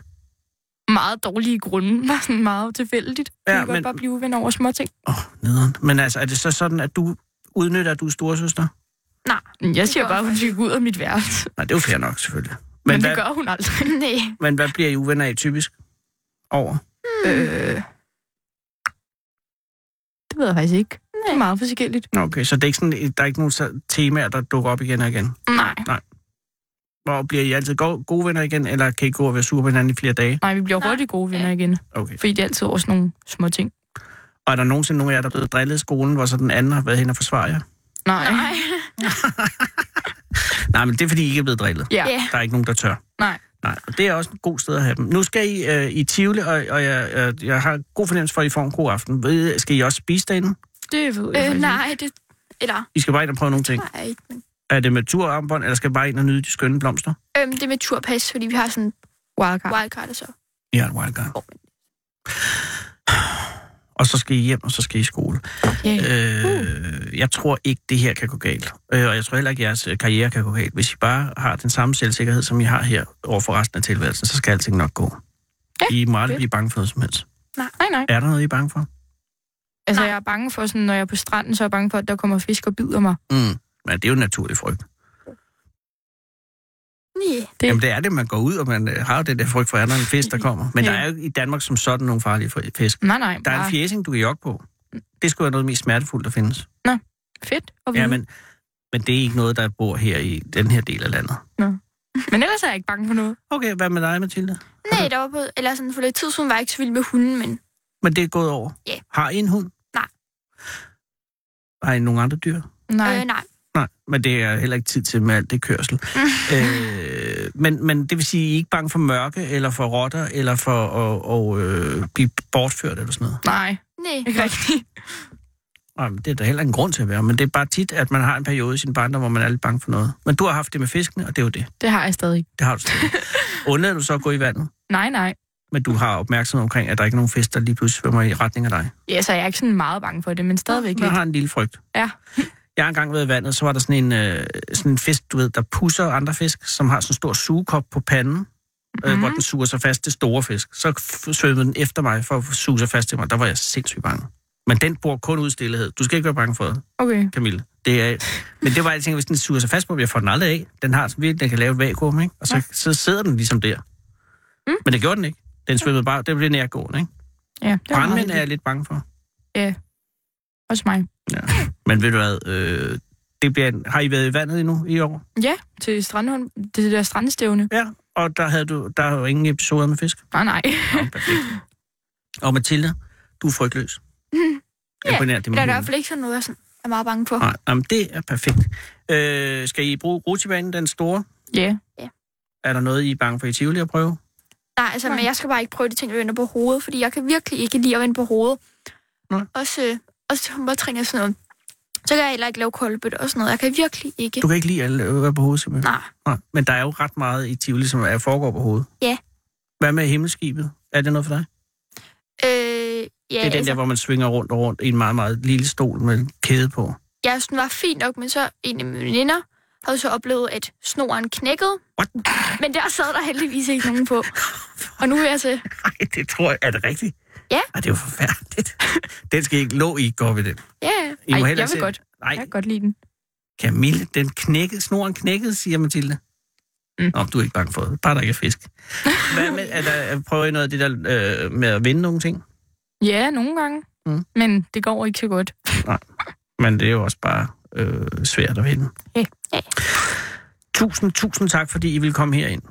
S13: Meget dårlige grunde. Bare sådan meget tilfældigt.
S3: Ja,
S13: Ja, kan
S3: men-
S13: men... godt bare blive uvenner over små ting.
S3: Åh, oh, nederen. Men altså, er det så sådan, at du udnytter, at du er storesøster?
S11: Nej,
S13: Jeg siger
S11: går
S13: bare, at hun
S11: for-
S13: gik ud af mit værelse.
S3: Nej, det er jo fair nok, selvfølgelig.
S13: Men, men
S3: hvad,
S13: det gør hun aldrig.
S11: nej.
S3: men hvad bliver I uvenner af typisk? Over?
S13: Øh... Det ved jeg faktisk ikke. Det er meget forskelligt.
S3: Nå, Okay, så det er ikke sådan, der er ikke nogen så- temaer, der dukker op igen og igen?
S13: Nej.
S3: Hvor bliver I altid go- gode venner igen, eller kan I gå og være sure på hinanden i flere dage?
S13: Nej, vi bliver
S11: Nej.
S13: hurtigt gode venner igen.
S3: Okay.
S13: Fordi det er altid over sådan nogle små ting.
S3: Og er der nogensinde nogen af jer, der er blevet drillet i skolen, hvor så den anden har været hen og forsvaret jer?
S13: Nej.
S11: nej.
S3: Nej, men det er, fordi I ikke er blevet drillet.
S13: Ja.
S11: Ja.
S3: Der er ikke nogen, der tør.
S13: Nej.
S3: Nej, og det er også et god sted at have dem. Nu skal I øh, i Tivoli, og, og jeg, øh, jeg har god fornemmelse for, at I får en god aften. Ved- Skal I også spise derinde?
S13: Det ved jeg
S11: Øh,
S13: faktisk
S11: nej, det... Eller,
S3: I skal bare ind og prøve nogle ting.
S11: nej, ikke. men-
S3: Er det med turarmbånd, eller skal I bare ind og nyde de skønne blomster?
S11: Øhm, det er med turpas, fordi vi har sådan en
S13: ikke. Wildcard.
S11: wildcard og så.
S3: Ja, et wildcard. Og så skal I hjem, og så skal I i skole.
S13: Ja.
S3: Øh, jeg tror ikke, det her kan gå galt. Øh, og jeg tror heller ikke, jeres øh, karriere kan gå galt. Hvis I bare har den samme selvsikkerhed, som I har her over for resten af tilværelsen, så skal alting nok gå.
S13: Ja,
S3: I må aldrig
S13: fedt.
S3: blive bange for noget som helst.
S13: Nej, nej.
S3: Er der noget, I er bange for?
S13: Altså,
S11: Nej.
S13: jeg er bange for, sådan, når jeg er på stranden, så er jeg bange for, at der kommer fisk og bider mig.
S3: Mm. Men det er jo en naturlig frygt.
S11: Yeah.
S13: Det-
S3: Jamen, det er det, man går ud, og man øh, har jo den der frygt for, er der en fisk, der kommer. Men der
S13: Ja.
S3: er jo i Danmark som sådan nogle farlige fri- fisk.
S13: Nej, nej.
S3: Der er
S13: bare
S3: en fjæsing, du kan jogge på. Det skulle være noget af det mest smertefuldt, der findes.
S13: fedt. Og
S3: Ja,
S13: ja,
S3: men, men det er ikke noget, der bor her i den her del af landet.
S13: men ellers er jeg ikke bange for noget.
S3: Okay, hvad med dig, Mathilde?
S11: Nej, der var på, eller sådan for lidt tid siden var jeg ikke så vild med hunden, men
S3: Men det er gået over?
S11: Ja.
S3: Har I en hund?
S11: Nej.
S3: Har I nogen andre dyr?
S13: Nej.
S11: nej.
S13: Øh,
S11: Øh, nej.
S3: Nej, men det er heller ikke tid til med alt det kørsel. øh, men, men det vil sige, I er ikke bange for mørke, eller for rotter, eller for at, at, øh, blive bortført, eller sådan noget?
S13: nej,
S11: Nej.
S13: ikke rigtigt.
S3: Nej, men det er der heller ingen grund til at være, men det er bare tit, at man har en periode i sin barndom, hvor man er lidt bange for noget. Men du har haft det med fiskene, og det er jo det.
S13: Det har jeg stadig.
S3: Det har du stadig. Undlader du så at gå i vandet?
S13: Nej, nej.
S3: Men du har opmærksomhed omkring, at der ikke er nogen fisk, der lige pludselig svømmer i retning af dig.
S13: Ja, så jeg er ikke sådan meget bange for det, men stadigvæk
S3: Jeg
S13: lidt.
S3: har en lille frygt.
S13: Ja.
S3: Jeg har engang været i vandet, så var der sådan en, øh, sådan en fisk, du ved, der pusser andre fisk, som har sådan en stor sugekop på panden, mm-hmm. øh, hvor den suger sig fast til store fisk. Så f- svømmede den efter mig for at suge sig fast til mig. Der var jeg sindssygt bange. Men den bor kun ud i stillhed. Du skal ikke være bange for det,
S13: Okay.
S3: Camille. Det er, men det var, jeg tænker, hvis den suger sig fast på mig, jeg får den aldrig af. Den har sådan virkelig, den kan lave et vakuum, ikke? Og så, ja. så sidder den ligesom der. Mm. Men det gjorde den ikke. Den svømmede bare, det blev nærgående, ikke?
S13: Ja, det var
S3: Brandmænd er
S13: meget
S3: jeg lidt bange for.
S13: hyggeligt. Også mig.
S3: Men ved du hvad, øh, det bliver en, har I været i vandet endnu i år?
S13: Ja, til strandhund. Det der strandstævne.
S3: Ja. Og der havde du, der er jo ingen episoder med fisk.
S13: Nej, nej.
S3: Nå, perfekt. og Mathilde, du er frygtløs.
S11: Ja,
S3: Imponerende, det
S11: Der er i
S3: er
S11: hvert
S3: min
S11: fald ikke sådan noget, jeg sådan er meget bange for.
S3: Mm. Nej, jamen, det er perfekt. Øh, skal I bruge rutsjebanen, den store?
S13: Ja.
S3: Er der noget, I er bange for i Tivoli at prøve?
S11: Nej, altså, men jeg skal bare ikke prøve de ting, der vender på hovedet, fordi jeg kan virkelig ikke lide at vende på hovedet.
S3: Nej.
S11: Også, øh, også håndboldtræning og sådan noget. Så kan jeg heller ikke lave koldebøtter og sådan noget. Jeg kan virkelig ikke.
S3: Du kan ikke lide at være på hovedet, simpelthen?
S11: Nej,
S3: Nej. Men der er jo ret meget i Tivoli, som er, foregår på hovedet.
S11: Ja.
S3: Hvad med himmelskibet? Er det noget for dig?
S11: øh, ja,
S3: det er den der,
S11: altså,
S3: hvor man svinger rundt og rundt i en meget, meget lille stol med en kæde på.
S11: jeg synes, den var fint nok, men så en af mine veninder havde så oplevet, at snoren knækkede.
S3: What?
S11: Men der sad der heldigvis ikke nogen på. Og nu er jeg til.
S3: Ej, det tror jeg. Er det rigtigt?
S11: Ja.
S3: Ej, det er jo forfærdeligt. Den skal I ikke lå i, går vi den.
S11: Ja, yeah.
S3: I må
S13: Ej,
S3: heller
S13: jeg vil
S3: ikke se-
S13: godt.
S3: Nej,
S13: Jeg kan godt lide den.
S3: Camille, den knækkede, snoren knækkede, siger Mathilde. Mm.
S13: Mm.
S3: Nå, du er ikke bange for det. Bare der ikke er fisk. Hvad med, er der, prøver I noget af det der øh, med at vinde nogle ting?
S13: Ja, nogle gange.
S3: Mm.
S13: Men det går ikke så godt.
S3: Men det er jo også bare øh, svært at vinde.
S13: Ja.
S11: Ja.
S3: Tusind, tusind tak, fordi I vil komme herind.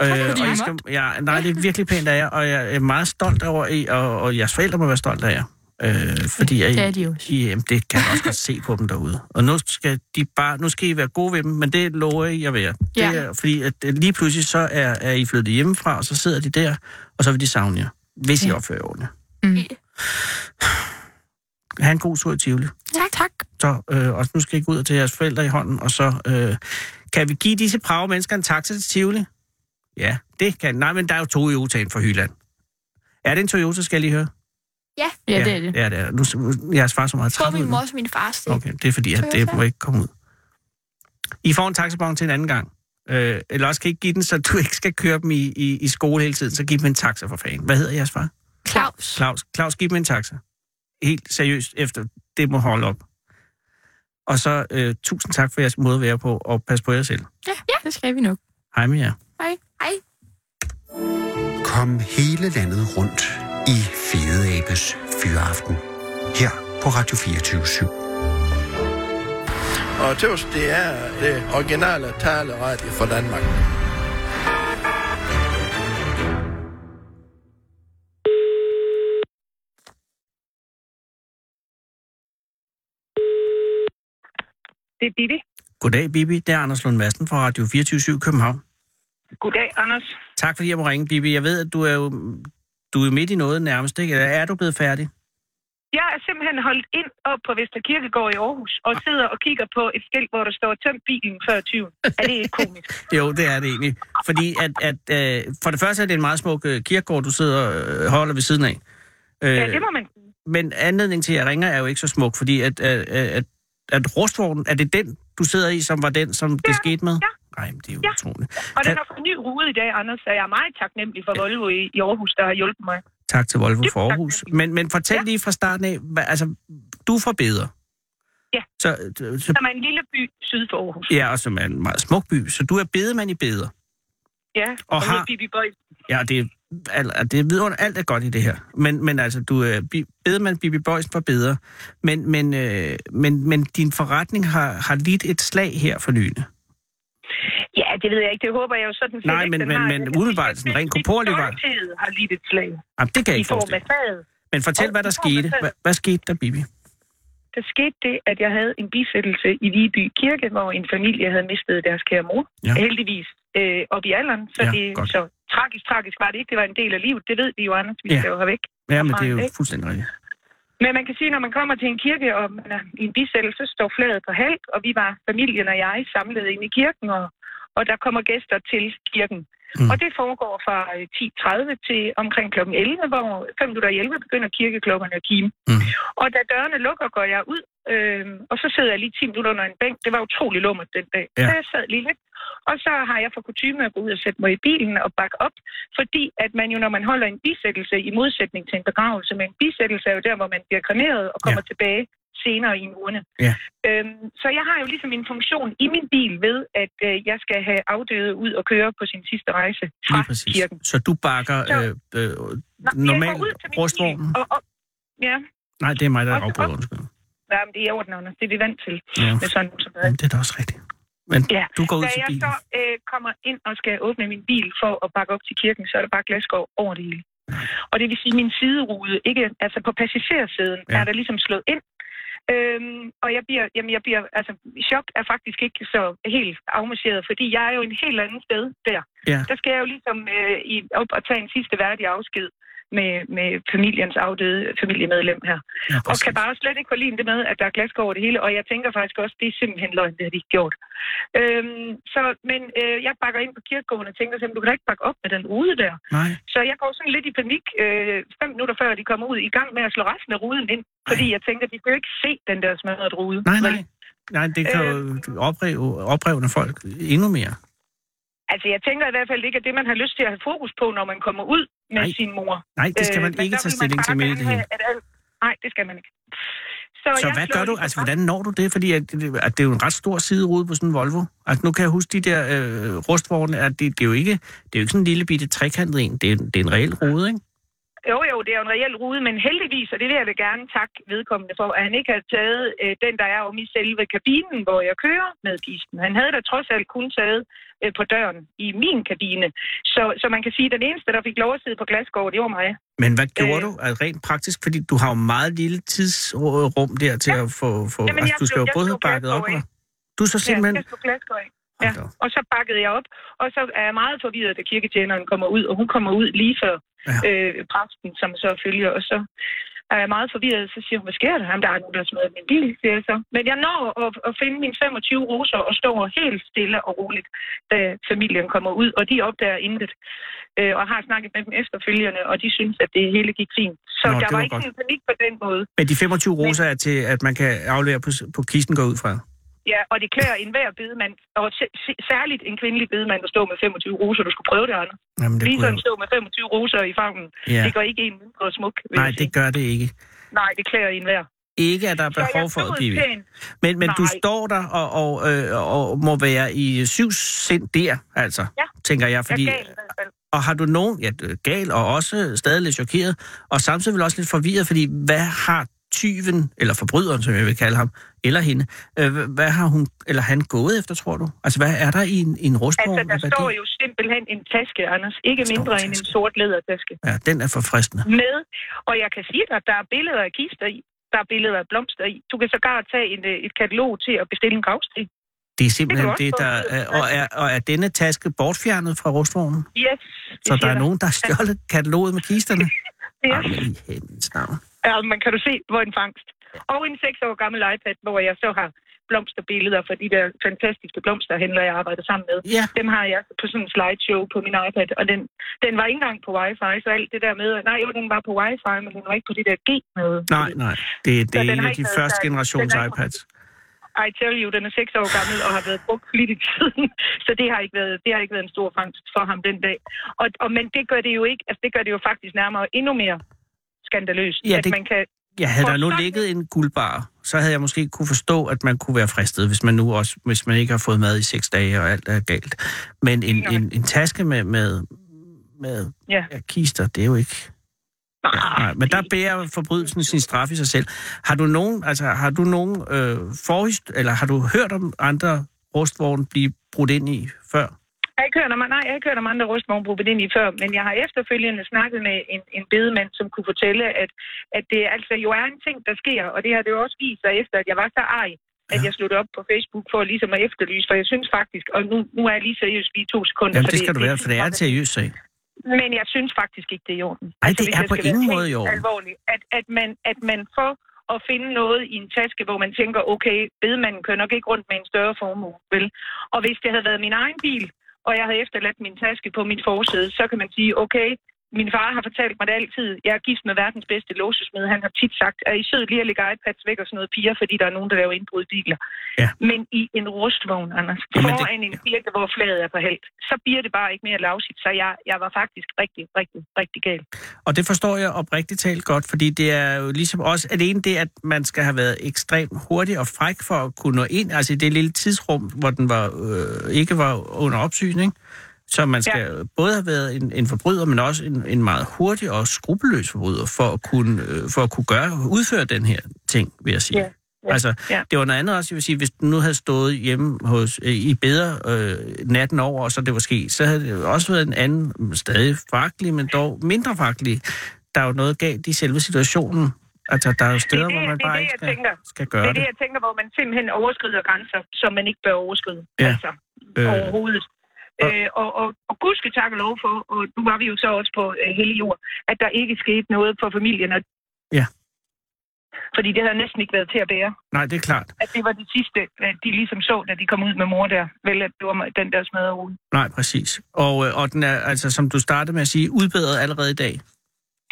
S11: Ja,
S3: tak,
S13: fordi
S3: og
S13: I
S3: I skal, ja, nej, det er virkelig pænt af jer, og jeg er meget stolt over I, og, og jeres forældre må være stolte af jer. Øh, fordi at I,
S13: Det er de også.
S3: I, jamen, det kan jeg også godt se på dem derude. Og nu skal, de bare, nu skal I være gode ved dem, men det lover I at være.
S13: Ja.
S3: Det er, fordi at øh, lige pludselig så er, er I flyttet hjemmefra, og så sidder de der, og så vil de savne jer, hvis I
S13: Ja.
S3: opfører jer ordentligt.
S13: Mm.
S3: Ha' en god tur i Tivoli.
S13: Tak, tak.
S3: Så, øh, og nu skal I gå ud til jeres forældre i hånden, og så øh, kan vi give disse brave mennesker en taxa til Tivoli? Ja, det kan. Nej, men der er jo Toyotaen fra Hyland. Er det en Toyota, skal jeg lige høre?
S11: Ja.
S13: Ja, det er det.
S3: Ja, det er det. Nu, jeres far er så meget
S11: Jeg tror,
S3: træt ud
S11: min
S3: nu.
S11: mors og min fars det.
S3: Okay, det er fordi, at
S11: Så jeg
S3: det må ikke komme ud. I får en taxabon til en anden gang. Øh, eller også kan I ikke give den, så du ikke skal køre dem i, i, i skole hele tiden. Så giv dem en taxa for fanden. Hvad hedder jeres far?
S11: Claus.
S3: Claus. Claus, giv dem en taxa. Helt seriøst, efter det må holde op. Og så øh, tusind tak for jeres måde at være på, og pas på jer selv.
S13: Ja, ja, det skal vi nok.
S3: Hej med jer.
S11: Hej. Hej.
S10: Kom hele landet rundt i Fede Abes Fyraften. Her på Radio 24 /7.
S14: Og tøvs, det er det originale taleradio for Danmark.
S12: Det er Bibi.
S3: Goddag, Bibi. Det er Anders Lund Madsen fra Radio 24 København.
S12: Goddag, Anders.
S3: Tak fordi jeg må ringe, Bibi. Jeg ved, at du er jo, du er jo midt i noget nærmest, ikke? Eller er du blevet færdig?
S12: Jeg er simpelthen holdt ind op på Vester Kirkegård i Aarhus og sidder og kigger på et skilt, hvor der står tømt bilen før 20. Er det ikke komisk?
S3: Jo, det er det egentlig. Fordi at, at øh, for det første er det en meget smuk øh, kirkegård, du sidder og øh, holder ved siden af. Øh,
S12: Ja, det må man sige.
S3: Men anledningen til, at jeg ringer, er jo ikke så smuk, fordi at, at, at, at rustvognen, er det den, du sidder i, som var den, som det skete med? Ja. Nej, men det er jo ja. utroligt.
S12: Og den har fået ny rude i dag, Anders, så jeg er meget taknemmelig for Volvo i, i Aarhus, der har hjulpet mig.
S3: Tak til Volvo for Aarhus. Men, men fortæl ja. lige fra starten af, hvad, altså, du er fra Beder.
S12: Ja,
S3: Så, så,
S12: som er en lille by syd for Aarhus.
S3: ja, og som er en meget smuk by. Så du er bedemand i Beder.
S12: Ja,
S3: Og
S12: og,
S3: har-
S12: har... Bibi Boy.
S3: Ja, det er, al, al- det er vidunder, alt er godt i det her. Men, men altså, du er bi- bedemand Bibi Boysen var bedre. Men, men, øh, men, men din forretning har, har lidt et slag her for nylig.
S12: Ja, det ved jeg ikke. Det håber jeg jo sådan set
S3: Nej,
S12: ikke,
S3: men,
S12: den
S3: men,
S12: har.
S3: men umiddelbart, sådan rent korporligt var...
S12: Stolthed har lidt et slag.
S3: Jamen, det kan jeg
S12: I
S3: ikke
S12: form af
S3: forestille.
S12: faget.
S3: Men fortæl, hvad der skete. Hvad, hvad skete der, Bibi?
S12: Der skete det, at jeg havde en bisættelse i Viby Kirke, hvor en familie havde mistet deres kære mor.
S3: Ja.
S12: Ja. Heldigvis øh, op i alderen, så,
S3: Ja,
S12: ja, det,
S3: godt.
S12: så tragisk, tragisk var det ikke. Det var en del af livet. Det ved vi jo, Anders, vi
S3: Ja.
S12: ja. skal jo have væk.
S3: Ja, men det er
S12: Erfaring,
S3: jo
S12: ikke?
S3: fuldstændig rigtigt.
S12: Men man kan sige, når man kommer til en kirke, og man er i en bisættelse, står flaget på halv, og vi var familien og jeg samlet inde i kirken, og, og der kommer gæster til kirken. Mm. Og det foregår fra øh, 10.30 til omkring kl. 11, hvor 5 minutter i 11 begynder kirkeklokkerne at kime.
S3: Mm.
S12: Og da dørene lukker, går jeg ud, øh, og så sidder jeg lige 10 minutter under en bænk. Det var utrolig lummert den dag.
S3: Ja.
S12: Så jeg sad lige lidt, og så har jeg for kutume at gå ud og sætte mig i bilen og bakke op, fordi at man jo, når man holder en bisættelse i modsætning til en begravelse, men en bisættelse er jo der, hvor man bliver kremeret og kommer ja. tilbage senere i en urne.
S3: Ja.
S12: Øhm, så jeg har jo ligesom en funktion i min bil ved, at øh, jeg skal have afdøde ud og køre på sin sidste rejse fra
S3: Lige præcis.
S12: kirken.
S3: Så du bakker
S12: Så-
S3: øh, øh,
S12: Nå, jeg går
S3: normalt
S12: ud til min bil,
S3: rustvognen?
S12: Og, og, ja,
S3: Nej, det er mig, der er afbrudt. undskyld.
S12: nej, men det er i orden, Anders. Det er vi vant til.
S3: Ja.
S12: Med sådan, som det er.
S3: Jamen, det er da også rigtigt. Men
S12: Ja.
S3: du går ud
S12: da
S3: til
S12: jeg
S3: bilen.
S12: så øh, kommer ind og skal åbne min bil for at bakke op til kirken, så er der bare glasgård over det hele. Og det vil sige, at min siderude, ikke, altså på passagersiden,
S15: Ja.
S12: ja. er der ligesom slået ind. Øhm, og jeg bliver, jamen jeg bliver, altså chok er faktisk ikke så helt afmarcheret, fordi jeg er jo en helt anden sted der.
S3: Ja.
S12: Der skal jeg jo ligesom øh, i, op og tage en sidste værdig afsked med, med familiens afdøde familiemedlem her.
S3: Ja,
S12: og kan bare slet ikke forlige det med, at der er glasgård over det hele, og jeg tænker faktisk også, det er simpelthen løgn, det har de ikke gjort. Øhm, så, men øh, jeg bakker ind på kirkegården og tænker simpelthen, du kan da ikke bakke op med den ude der.
S3: Nej.
S12: Så jeg går sådan lidt i panik, øh, fem minutter før de kommer ud, i gang med at slå resten af ruden ind, fordi jeg tænker, de kan jo ikke se den der smadrede rude.
S3: Nej,
S12: vel?
S3: nej. Nej, det kan jo
S12: Øh,
S3: opreve, oprevne folk endnu mere.
S12: Altså, jeg tænker i hvert fald ikke, at det, man har lyst til at have fokus på, når man kommer ud med
S3: Nej.
S12: sin mor.
S3: Nej, det skal man
S12: Øh, men
S3: ikke
S12: der
S3: tage
S12: vil
S3: stilling
S12: man bare
S3: til med i
S12: gerne
S3: det hele.
S12: have, at alt- Nej, det skal man ikke. Så,
S3: Så
S12: jeg
S3: hvad
S12: slår
S3: gør du?
S12: ligesom
S3: Altså,
S12: bare-
S3: hvordan når du det? Fordi at, at det er jo en ret stor siderude på sådan en Volvo. Altså, nu kan jeg huske de der øh, rustvogne, at det, det, er jo ikke, det er jo ikke sådan en lille bitte trekantet en. Det er, det er en reel rude, ikke?
S12: Jo, jo, det er jo en reel rude, men heldigvis, og det vil jeg da gerne takke vedkommende for, at han ikke havde taget øh, den, der er om i selve kabinen, hvor jeg kører med kisten. Han havde da trods alt kun taget øh, på døren i min kabine. Så, så man kan sige, at den eneste, der fik lov at sidde på glasgård, det var mig.
S3: Men hvad gjorde øh, du altså, rent praktisk? Fordi du har jo meget lille tidsrum der til ja, at få... få
S12: Jamen,
S3: altså,
S12: jeg
S3: du skal
S12: slog-
S3: jo
S12: jeg
S3: både
S12: slog
S3: have bakket op
S12: glasgård
S3: og...
S12: af.
S3: Du er så simpelthen...
S12: Ja, jeg slog glasgård af. Ja, og så bakkede jeg op, og så er jeg meget forvirret, da kirketjeneren kommer ud, og hun kommer ud lige før ja. øh, præsten, som så følger, og så er jeg meget forvirret, så siger hun, hvad sker der? Jamen, der er nogen, der har smadret min bil, siger jeg så. Men jeg når at, at finde mine 25 roser og står helt stille og roligt, da familien kommer ud, og de opdager intet. Øh, og har snakket med dem efterfølgende, og de synes, at det hele gik fint. Så
S3: Nå,
S12: Nå,
S3: det
S12: der var,
S3: var
S12: var ikke
S3: godt.
S12: en panik på den måde.
S3: Men de 25 roser er til, at man kan aflevere på, s- på kisten går ud fra.
S12: Ja, og det klæder enhver bedemand, og s- s- særligt en kvindelig bedemand, der står med 25 roser. Du skulle prøve det, Anders.
S3: Jamen, det
S12: Lige
S3: kunne jeg
S12: sådan stå med 25 roser i fangen.
S3: Ja.
S12: Ja. Det går ikke en mindre smuk. vil
S3: Nej,
S12: jeg sige.
S3: det gør det ikke.
S12: Nej, det klæder enhver.
S3: Ikke, at der er
S12: Så jeg
S3: behov for
S12: stod
S3: at give.
S12: til en-
S3: Men, men du
S12: Nej.
S3: står der og, og, øh, og må være i syv sind der, altså, ja. tænker jeg. Fordi,
S12: Jeg er gal i hvert fald.
S3: og har du nogen, ja, du er gal og også stadig lidt chokeret, og samtidig vel også lidt forvirret, fordi hvad har tyven, eller forbryderen, som jeg vil kalde ham, eller hende, øh, hva- hvad har hun, eller han gået efter, tror du? Altså, hvad er der i en, i en rustvogn?
S12: Altså, der
S3: Hvad er
S12: står
S3: det?
S12: jo simpelthen en taske, Anders. Ikke mindre end en sort lædertaske. Mm.
S3: Ja, den er forfriskende.
S12: Med, og jeg kan sige dig, at der er billeder af kister i. Der er billeder af blomster i. Du kan sågar tage en, øh, et katalog til at bestille en gravsten.
S3: Det er simpelthen
S12: Det
S3: det,
S12: kan du
S3: der...
S12: også
S3: Er, og, er, og er denne taske bortfjernet fra rustvognen?
S12: Yes. det
S3: Så der
S12: siger
S3: er
S12: jeg.
S3: nogen, der har stjålet kataloget med kisterne?
S12: Ja.
S3: Ej, i himlens navn.
S12: Ja, men kan du se, hvor en fangst. Og en 6 år gammel iPad, hvor jeg så har blomsterbilleder fra de der fantastiske blomsterhandlere, jeg arbejder sammen med.
S3: Ja.
S12: Dem har jeg på sådan en slideshow på min iPad, og den, den var ikke engang på wifi, så alt det der med, nej jo, den var på wifi, men den var ikke på det der G-møde.
S3: Nej, nej. Det, det
S12: Så
S3: er
S12: den
S3: en
S12: har
S3: af
S12: ikke
S3: de
S12: været
S3: første
S12: særlig-
S3: generations
S12: den er-
S3: iPads.
S12: I tell you, den er 6 år gammel og har været brugt lidt i tiden, så det har ikke været, det har ikke været en stor fangst for ham den dag. Og, og, men det gør det jo ikke, altså det gør det jo faktisk nærmere endnu mere skandaløst,
S3: Ja,
S12: at
S3: det-
S12: man kan
S3: Jeg havde
S12: For
S3: der nu
S12: sådan-
S3: ligget en guldbar, så havde jeg måske kunne forstå, at man kunne være fristet, hvis man nu også, hvis man ikke har fået mad i seks dage, og alt er galt. Men en, en, en taske med, med, med
S12: Ja.
S3: ja, kister, det er jo ikke... Nej, men der bærer forbrydelsen sin straf i sig selv. Har du nogen, altså, har du nogen øh, forhist, eller har du hørt om andre rustvogne blive brudt ind i før?
S12: Jeg har ikke hørt om, nej, jeg har ikke hørt om andre rustvogngrupper ind i før, men jeg har efterfølgende snakket med en, en bedemand, som kunne fortælle, at, at det altså jo er en ting, der sker, og det har det jo også vist sig efter, at jeg var så arg, at jeg slog det op på Facebook for ligesom at efterlyse, for jeg synes faktisk, og nu, nu er jeg lige seriøs lige to sekunder.
S3: Jamen,
S12: for
S3: det skal du være, for det er en
S12: faktisk-
S3: seriøs sag.
S12: Men jeg synes faktisk ikke, det er i orden.
S3: Ej, det
S12: Altså, hvis
S3: er
S12: jeg
S3: på
S12: skal være
S3: ingen
S12: helt
S3: måde i orden.
S12: Alvorligt, at, at, man, at man får at finde noget i en taske, hvor man tænker, okay, bedemanden kører nok ikke rundt med en større formue, vel? Og hvis det havde været min egen bil, og jeg havde efterladt min taske på mit forsæde, så kan man sige, okay, min far har fortalt mig det altid. Jeg er gift med verdens bedste låsesmed. Han har tit sagt, at I sød lige at lægge iPads væk og sådan noget piger, fordi der er nogen, der laver indbrud i biler.
S3: Ja.
S12: Men i en rustvogn, Anders,
S3: Jamen, det-
S12: foran en kirke, hvor flaget er på held, så bliver det bare ikke mere lavsigt. Så jeg, jeg var faktisk rigtig, rigtig, rigtig gal.
S3: Og det forstår jeg oprigtigt talt godt, fordi det er jo ligesom også alene det, at man skal have været ekstremt hurtig og fræk for at kunne nå ind, altså i det lille tidsrum, hvor den var, øh, ikke var under opsyn, ikke? Så man skal ja. både have været en, en forbryder, men også en, en meget hurtig og skrupelløs forbryder, for at kunne, øh, for at kunne gøre, udføre den her ting, vil jeg sige.
S15: Ja, ja,
S3: altså,
S15: ja.
S3: det var noget andet også, jeg vil sige, hvis den nu havde stået hjemme hos, øh, i bedre øh, natten over, og så det var sket, så havde det jo også været en anden, mm, stadig fragtlig, men dog mindre fragtlig. Der er jo noget galt i selve situationen. Altså, der er jo steder, hvor man
S12: det, er
S3: bare
S12: det,
S3: ikke
S12: jeg
S3: skal,
S12: tænker.
S3: skal
S12: det
S3: gøre
S12: er det, jeg tænker, hvor man simpelthen overskrider grænser, som man ikke bør overskride.
S3: Ja.
S12: Altså,
S3: Øh.
S12: øh. overhovedet. Øh, og, og, og Gud skal takke lov for, og nu var vi jo så også på øh, hele jord, at der ikke skete noget for familien, og,
S3: Ja,
S12: fordi det havde næsten ikke været til at bære.
S3: Øh, nej, det er klart.
S12: At det var det sidste, at de ligesom så, da de kom ud med mor der. Vel, at det var den der smadrede uge.
S3: Nej, præcis. Og, øh, og den er, altså, som du startede med at sige, udbedret allerede i dag.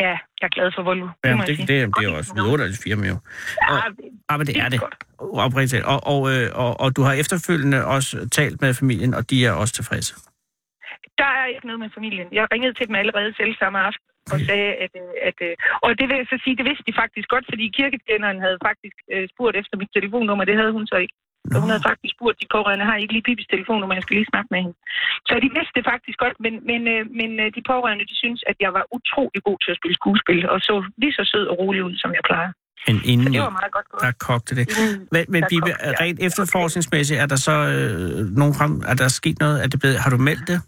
S12: Ja, jeg er glad for Volvo.
S3: Jamen,
S12: må jeg
S3: det,
S12: sige.
S3: det, det, er jo også vidunderligt firma, jo.
S12: Ja, ah,
S3: Ja, men det er det. Oprigtigt. talt. Og, og, øh, og, og du har efterfølgende også talt med familien, og de er også tilfredse.
S12: Der er ikke noget med familien. Jeg ringede til dem allerede selv samme aften og sagde, at, øh, at... øh, Og det vil jeg så sige, det vidste de faktisk godt, fordi kirketjeneren havde faktisk øh, spurgt efter mit telefonnummer. Det havde hun så ikke. Så hun havde faktisk spurgt de pårørende, har I ikke lige Pipis telefonnummer, jeg skal lige snakke med hende. Så de vidste det faktisk godt, men, men, øh, men øh, de pårørende, de synes, at jeg var utrolig god til at spille skuespil, og så lige så sød og rolig ud, som jeg plejer.
S3: Men inden,
S12: det var meget godt gået.
S3: der kogte det.
S12: Inden
S3: Men, men
S12: der
S3: Bibe,
S12: kogte, ja.
S3: rent efterforskningsmæssigt, er der så øh, nogen frem, er der sket noget? Er det blevet, har du meldt det?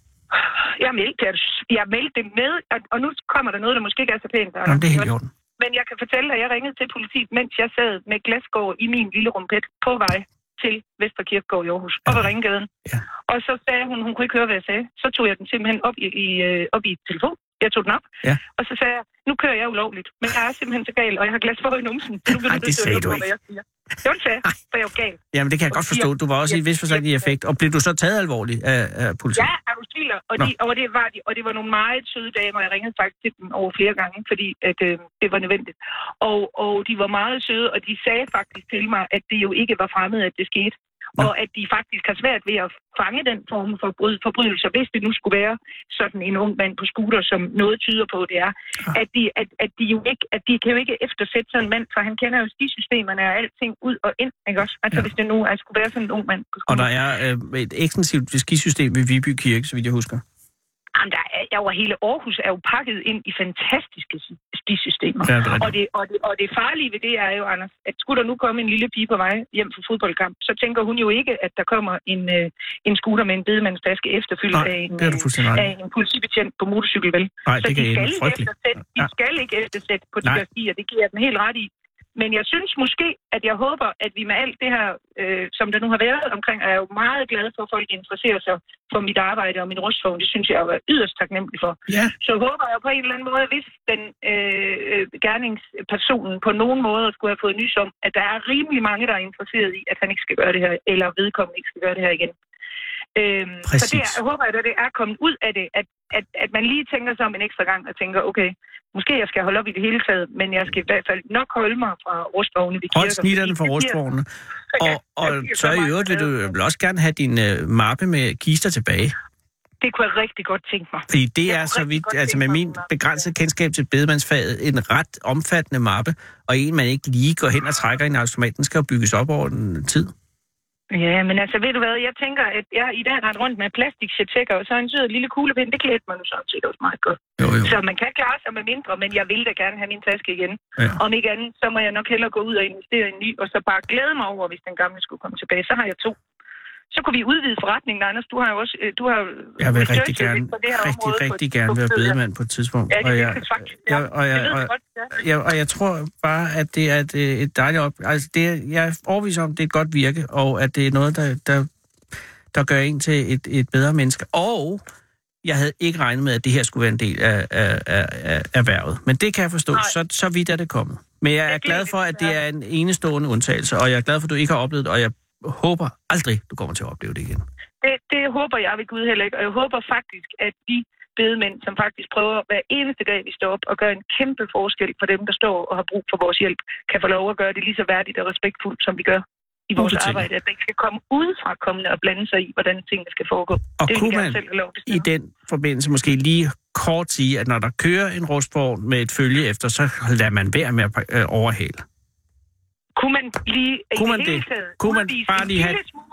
S12: Jeg meldte, jeg, jeg meldte det med, og, og nu kommer der noget, der måske ikke er så pænt. Anders.
S3: Jamen, det er helt i orden.
S12: Men jeg kan fortælle dig, at jeg ringede til politiet, mens jeg sad med glasgård i min lille rumpet på vej til Vesterkirkegård i Aarhus, op ad Ringgaden. Ja. Og så sagde hun, hun kunne ikke høre, hvad jeg sagde. Så tog jeg den simpelthen op i, i, øh, op i telefon, Jeg tog den op,
S3: Ja.
S12: og så sagde jeg, nu kører jeg ulovligt, men jeg er simpelthen så gal, og jeg har glas for i numsen. Så nu bliver
S3: Ej,
S12: nødt
S3: det
S12: til at
S3: sagde
S12: høre
S3: du
S12: på,
S3: ikke.
S12: hvad jeg siger. Jo, det sagde jeg, for jeg er jo gal.
S3: Jamen, det kan jeg godt forstå. Du var også i et vis forstand i effekt. Og blev du så taget alvorligt af, af politiet?
S12: Ja, er du tvivler? Og, de, og, det var de, og det var nogle meget søde damer, og jeg ringede faktisk til dem over flere gange, fordi at, øh, det var nødvendigt. Og, og de var meget søde, og de sagde faktisk til mig, at det jo ikke var fremmed, at det skete. Ja. Og at de faktisk har svært ved at fange den form for bryd- forbrydelser, hvis det nu skulle være sådan en ung mand på scooter, som noget tyder på, det er.
S3: Ah.
S12: At de, at, at de jo ikke, at de kan jo ikke eftersætte sådan en mand, for han kender jo stisystemerne og alting ud og ind, ikke også? Altså ja. hvis det nu er, skulle være sådan en ung mand på
S3: Og der er øh, et ekstensivt skisystem ved Viby Kirke, så vidt jeg husker.
S12: Jamen, der er, der var hele Aarhus er jo pakket ind i fantastiske stisystemer.
S3: Ja, det er rigtigt.
S12: og, det, og, det, og det farlige ved det er jo, Anders, at skulle der nu komme en lille pige på vej hjem fra fodboldkamp, så tænker hun jo ikke, at der kommer en, øh, en scooter med en bedemandsflaske efterfyldt
S3: Nej,
S12: af en,
S3: det har du
S12: øh,
S3: fuldstændig ret i.
S12: af en politibetjent på motorcykel, vel?
S3: Nej,
S12: så
S3: det
S12: de
S3: kan
S12: skal
S3: ende
S12: ikke
S3: frygteligt.
S12: eftersætte, de skal ikke eftersætte på de
S3: Nej.
S12: der stier, det giver jeg den helt ret i. Men jeg synes måske, at jeg håber, at vi med alt det her, øh, som der nu har været omkring, og jeg er jo meget glad for, at folk interesserer sig for mit arbejde og min rustvogn. Det synes jeg jo er yderst taknemmelig for.
S5: Ja.
S12: Så håber jeg på en eller anden måde, hvis den øh, øh, gerningspersonen på nogen måde skulle have fået nys om, at der er rimelig mange, der er interesseret i, at han ikke skal gøre det her, eller vedkommende ikke skal gøre det her igen. Øhm, så
S15: Præcis.
S12: det er, jeg håber, at det er kommet ud af det, at, at, at man lige tænker sig om en ekstra gang og tænker, okay, måske jeg skal holde op i det hele taget, men jeg skal i hvert fald nok holde mig fra rustvogne. ved
S3: Hold
S12: kirker,
S3: snitterne
S12: fordi
S3: for
S12: det bliver-
S3: rustvognene. Og, og
S12: bliver
S3: så
S12: så
S3: i
S12: meget
S3: øvrigt vil du
S12: glad.
S3: vel også gerne have din øh, mappe med kister tilbage.
S12: Det kunne jeg rigtig godt tænke mig.
S3: Fordi det er så vidt, altså med min begrænsede kendskab til bedemandsfaget, en ret omfattende mappe, og en, man ikke lige går hen og trækker i en automat, den skal jo bygges op over en tid.
S12: Ja, men altså ved du hvad, jeg tænker, at jeg i dag rent rundt med plastik og så en sød lille kuglepind, det klæder mig nu sådan set også meget godt.
S3: Jo, jo.
S12: Så man kan klare sig med mindre, men jeg vil da gerne have min taske igen.
S3: Ja.
S12: Om ikke andet, så må jeg nok hellere gå ud og investere i en ny, og så bare glæde mig over, hvis den gamle skulle komme tilbage. Så har jeg to. Så kunne vi udvide forretningen, Anders. Du har jo også... øh, Du har jo
S3: Jeg vil rigtig
S12: researchet
S3: gerne,
S12: lidt på det her område
S3: rigtig,
S12: på-
S3: rigtig gerne
S12: på
S3: være
S12: stedet.
S3: bedemand på et tidspunkt.
S12: Ja, det
S3: Og
S12: vil
S3: jeg,
S12: jeg faktisk.
S3: jeg, og,
S12: Det ved
S3: jeg,
S12: jeg
S3: og,
S12: godt, ja.
S3: jeg, og jeg tror bare, at det er et, øh, et dejligt op... Altså, det er, jeg er overbevist om, at det er et godt virke, og at det er noget, der, der, der gør en til et, et bedre menneske. Og jeg havde ikke regnet med, at det her skulle være en del af, af, af, af erhvervet. Men det kan jeg forstå. Så, så vidt er det kommet. Men jeg er glad for, at det er en enestående undtagelse, og jeg er glad for, at du ikke har oplevet det, og jeg håber aldrig, du kommer til at opleve det igen.
S12: Det, det håber jeg ved Gud heller ikke, og jeg håber faktisk, at de bedemænd, som faktisk prøver hver eneste dag, vi står op, og gør en kæmpe forskel for dem, der står og har brug for vores hjælp, kan få lov at gøre det lige så værdigt og respektfuldt, som vi gør i vores
S3: Ubetinget.
S12: arbejde. At man ikke skal komme udefra kommende og blande sig i, hvordan tingene skal foregå.
S3: Og
S12: det vil
S3: kunne
S12: jeg
S3: man
S12: selv have lov til.
S3: i den forbindelse måske lige kort sige, at når der kører en rustvogn med et følge efter, så lader man være med at øh, overhale.
S12: Kunne man lige
S3: Kunne
S12: i
S3: man
S12: det hele
S3: det?
S12: taget
S3: Kunne man
S12: udvise
S3: bare
S12: en
S3: lige have-
S12: lille smule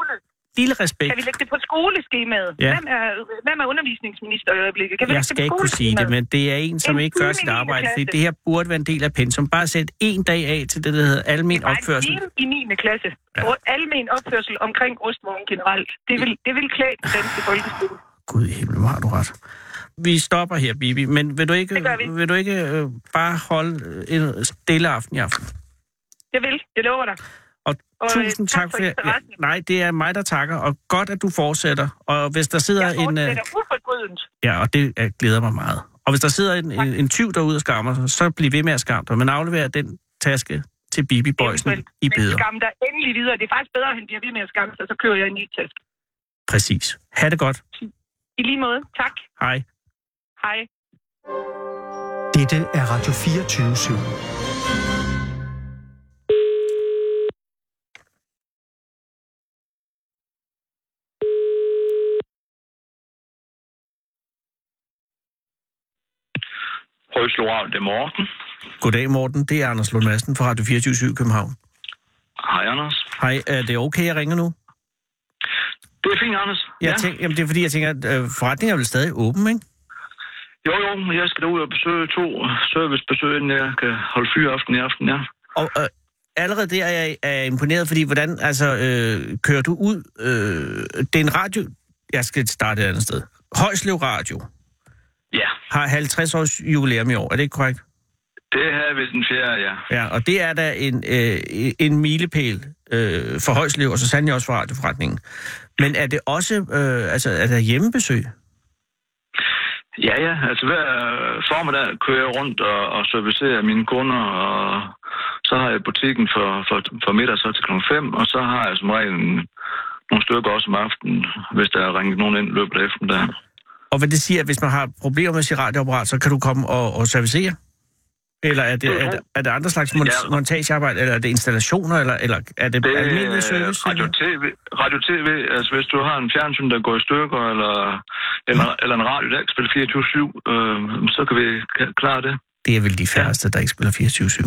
S3: Lille
S12: Kan
S3: respekt.
S12: vi lægge øh, det på skoleskemaet?
S3: Ja.
S12: Hvem, er, hvem er undervisningsminister i øjeblikket? Kan vi
S3: Jeg
S12: lægge det
S3: skal
S12: på
S3: ikke kunne sige det,
S12: skoleskemaet?
S3: men det er en, som
S12: En
S3: ikke gør
S12: time
S3: sit
S12: i niende
S3: arbejde, fordi
S12: klasse.
S3: det her burde være en del af pensum. Bare sæt en dag af til det, der hedder almen
S12: Nej,
S3: opførsel.
S12: lige i 9. klasse. Ja. Almen opførsel omkring rustvogne generelt. Det vil, det vil klæde den danske folkeskole.
S3: Gud i himlen, hvor har du ret. Vi stopper her, Bibi, men vil du ikke, vil du ikke øh, bare holde øh, en stille aften i aften?
S12: Jeg vil. Jeg lover dig.
S3: Og,
S12: Og,
S3: og
S12: øh,
S3: tusind
S12: tak
S3: tak,
S12: for
S3: for, for ja, Nej, det er mig, der takker, og godt, at du fortsætter. Og hvis der sidder en...
S12: Det
S3: øh,
S12: er da uforbrydent.
S3: Ja, og det øh, glæder mig meget. Og hvis der sidder en, en, en tyv derude og skammer sig, så bliv ved med at skamme dig, men aflever den taske til Bibi Bøjsen i
S12: Men
S3: bedre.
S12: skam dig endelig videre. Det er faktisk bedre, at han bliver ved med at skamme sig, så kører jeg en ny test.
S3: Præcis. Ha' det godt.
S12: I lige måde. Tak.
S3: Hej.
S12: Hej.
S16: Dette er Radio 24 /7.
S7: Højsloravn, det er Morten.
S3: Goddag, Morten. Det er Anders Lund Madsen fra Radio 24 København.
S7: Hej, Anders.
S3: Hej, er det okay, jeg ringer nu?
S7: Det er fint, Anders.
S3: Jeg tænk, jamen, det er fordi, jeg tænker, at øh, forretningen er vel stadig åben, ikke?
S7: Jo, jo, men jeg skal ud og besøge to servicebesøg, inden jeg kan holde fyraften i aften, ja.
S3: Og øh, allerede der er jeg er jeg imponeret, fordi hvordan, altså, øh, kører du ud? Øh, det er en radio... Jeg skal starte et andet sted. Højslev Radio
S7: Ja,
S3: har 50 års jubilæum i år, er det ikke korrekt?
S7: det her ved den fjerde, ja.
S3: Ja, og det er da en, øh, en milepæl øh, for Højslev, og så sandelig også for radioforretningen. Men er det også, øh, altså, er der hjemmebesøg?
S7: Ja, ja. Altså hver formiddag kører jeg rundt og, og servicerer mine kunder, og så har jeg butikken for, for, for middag så til kl. 5, og så har jeg som regel en- nogle stykker også om aftenen, hvis der er ringet nogen ind i løbet af eftermiddagen.
S3: Og vil det sige, at hvis man har problemer med sit radioapparat, så kan du komme og, og servicere? Eller er det, er, det- er det andre slags mon-
S7: Ja.
S3: montagearbejde, eller er det installationer, eller, eller er det,
S7: Det
S3: det
S7: er
S3: almindelig service?
S7: Radio TV, radio TV, altså hvis du har en fjernsyn, der går i stykker, eller, eller, eller en radio, der ikke spiller 24-7, øh, så kan vi k- klare det.
S3: Det er vel de færreste, der ikke spiller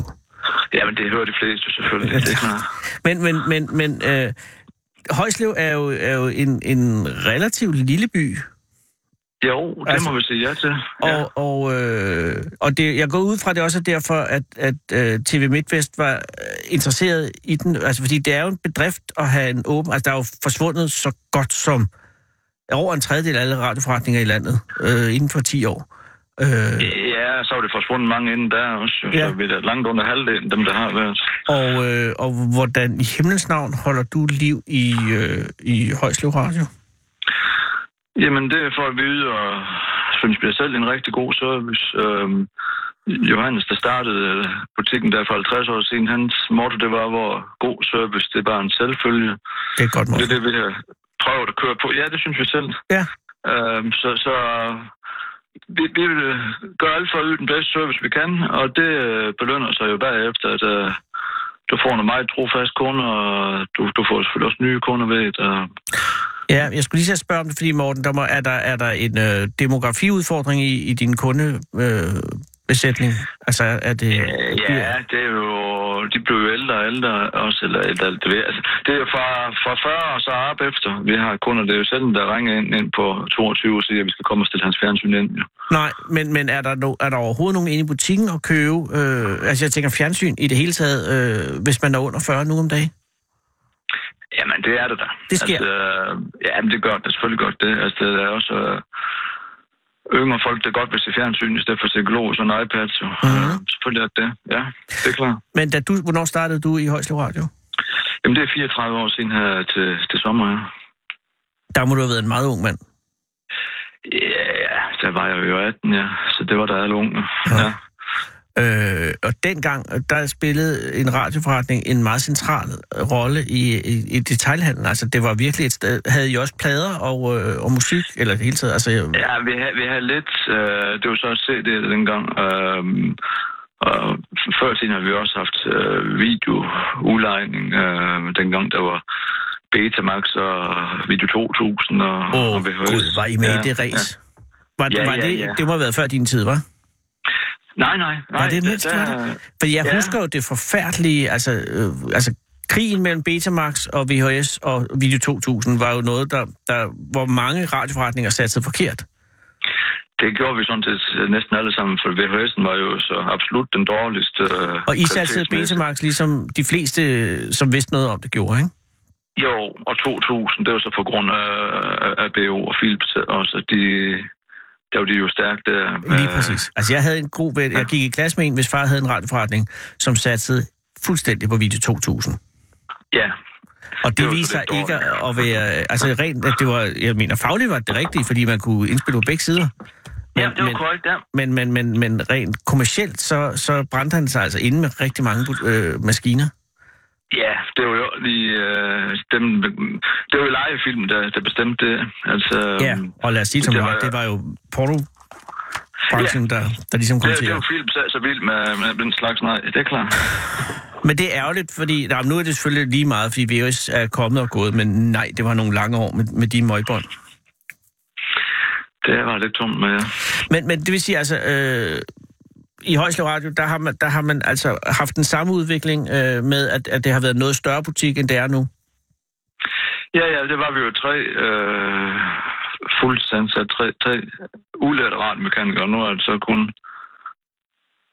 S3: 24-7.
S7: Ja, men det hører de fleste selvfølgelig. Det er klart.
S3: Men, men, men, men øh, Højslev er jo, er jo en, en relativt lille by.
S7: Jo, det altså,
S3: Altså-
S7: må vi sige ja til.
S3: Og, ja. og, øh, og det, jeg går ud fra, det også er derfor, at, at øh, TV MidtVest var øh, interesseret i den. Altså, fordi det er jo en bedrift at have en åben... Altså, der er jo forsvundet så godt som over en tredjedel af alle radioforretninger i landet øh, inden for 10 år. Øh,
S7: Ja, så er det forsvundet mange inden der også. jo. Så
S3: Ja.
S7: er vi da langt under halvdelen, dem der har været.
S3: og, øh, og hvordan i himlens navn holder du liv i, øh, i Højslev Radio?
S7: Jamen, det får vi vide, og synes vi selv en rigtig god service. Øhm, Johannes, der startede øh, butikken der for 50 år siden, hans motto, det var, hvor god service, det er bare en selvfølge.
S3: Det er godt
S7: motto. Det er det, vi har prøvet at køre på. Ja, det synes vi selv.
S3: Ja.
S7: Øhm, så, så vi, vi vil gøre alt for at yde den bedste service, vi kan, og det øh, belønner sig jo bagefter, at øh, du får nogle meget trofaste kunder, og du, du får selvfølgelig også nye kunder ved det. Og
S3: Ja, jeg skulle lige så spørge om det, fordi Morten, der må, er, der, er der en øh, demografiudfordring i, i din kundebesætning? Øh, besætning? altså, er det...
S7: Ja, det er jo... De blev jo ældre og ældre også, eller ældre, alt det, ved. altså, det er jo fra, fra 40 og så op efter. Vi har kunder, det er jo selv, der ringer ind, ind på 22 og siger, at vi skal komme og stille hans fjernsyn ind. Jo.
S3: Nej, men, men er, der no, er der overhovedet nogen inde i butikken at købe? Øh, altså, jeg tænker fjernsyn i det hele taget, øh, hvis man er under 40 nu om dagen.
S7: Jamen, det er det da.
S3: Det sker.
S7: Altså, øh, jamen, det gør det selvfølgelig godt, det. Altså, der er også øh, yngre folk, der godt vil se fjernsyn, i stedet for psykolog og sådan en iPad. Så, mm-hmm. selvfølgelig er det det. Ja, det er klart.
S3: Mhm. Men da du, hvornår startede du i Højslev Radio?
S7: Jamen, det er 34 år siden her til, til sommer, ja.
S3: Der må du have været en meget ung mand.
S7: Ja, der var jeg jo 18, ja. Så det var der alle unge. Ja.
S3: Øh, og dengang, der spillede en radioforretning en meget central øh, rolle i, i, i detailhandlen. Altså, det var virkelig et sted. Havde I også plader og, øh, og musik, eller det hele taget? Altså, jeg-
S7: Ja, vi havde, vi havde lidt. Øh, det var så også CD dengang. Øh, og før i tiden har vi også haft øh, videoudlejning. Øh, dengang der var Betamax og Video 2000. Og, oh, og VHS.
S3: Gud, var I med i det race? Var,
S7: Ja,
S3: ja, var
S7: ja,
S3: ja, det,
S7: ja.
S3: ja. det må have været før din tid, var?
S7: Nej, nej. nej
S3: Var det
S7: der-
S3: mindst,
S7: der-
S3: var det? Fordi jeg ja. husker jo det forfærdelige, altså, øh, altså krigen mellem Betamax og VHS og Video 2000 var jo noget, der, der hvor mange radioforretninger satte forkert.
S7: Det gjorde vi sådan set øh, næsten alle sammen, for VHS'en var jo så absolut den dårligste. Øh,
S3: Og I satte
S7: kvalitetsmæssigt.
S3: Betamax ligesom de fleste, øh, som vidste noget om det, gjorde, ikke?
S7: Jo, og 2000, det var så på grund af, af BO og Philips også. De, der var de jo stærkt der.
S3: Lige præcis. Altså, jeg havde en god ven, jeg gik i klasse med en, hvis far havde en radioforretning, som satte fuldstændig på Video 2000.
S7: Ja.
S3: Og
S7: Det var
S3: det
S7: så
S3: viste sig
S7: lidt
S3: ikke at at være... Altså rent, at det var... Jeg mener, fagligt var det det rigtige, fordi man kunne indspille på begge sider. Men,
S7: Jamen, det var
S3: men,
S7: korrekt, ja.
S3: Men, men, men, men rent kommercielt, så, så brændte han sig altså inde med rigtig mange øh, maskiner.
S7: Ja, det var jo lige øh, dem, det var jo legefilm, der, der bestemte det. Altså,
S3: Ja, og lad os sige, som det var, det var jo porno branchen ja. der, der ligesom kom
S7: det,
S3: til.
S7: det
S3: at-
S7: var Philips altså vild med, med den slags, nej, det er klart.
S3: Men det er ærgerligt, fordi nej, nu er det selvfølgelig lige meget, fordi VHS er kommet og gået, men nej, det var nogle lange år med, med de møgbånd.
S7: Det var lidt tungt med, ja.
S3: Men, men det vil sige altså, øh, i Højslev Radio, der har, man, der har man altså haft den samme udvikling øh, med, at, at det har været en noget større butik, end det er nu.
S7: Ja, ja, det var vi jo tre øh, fuldstændsat, tre, tre ulærte radmekanikere. Nu er det så kun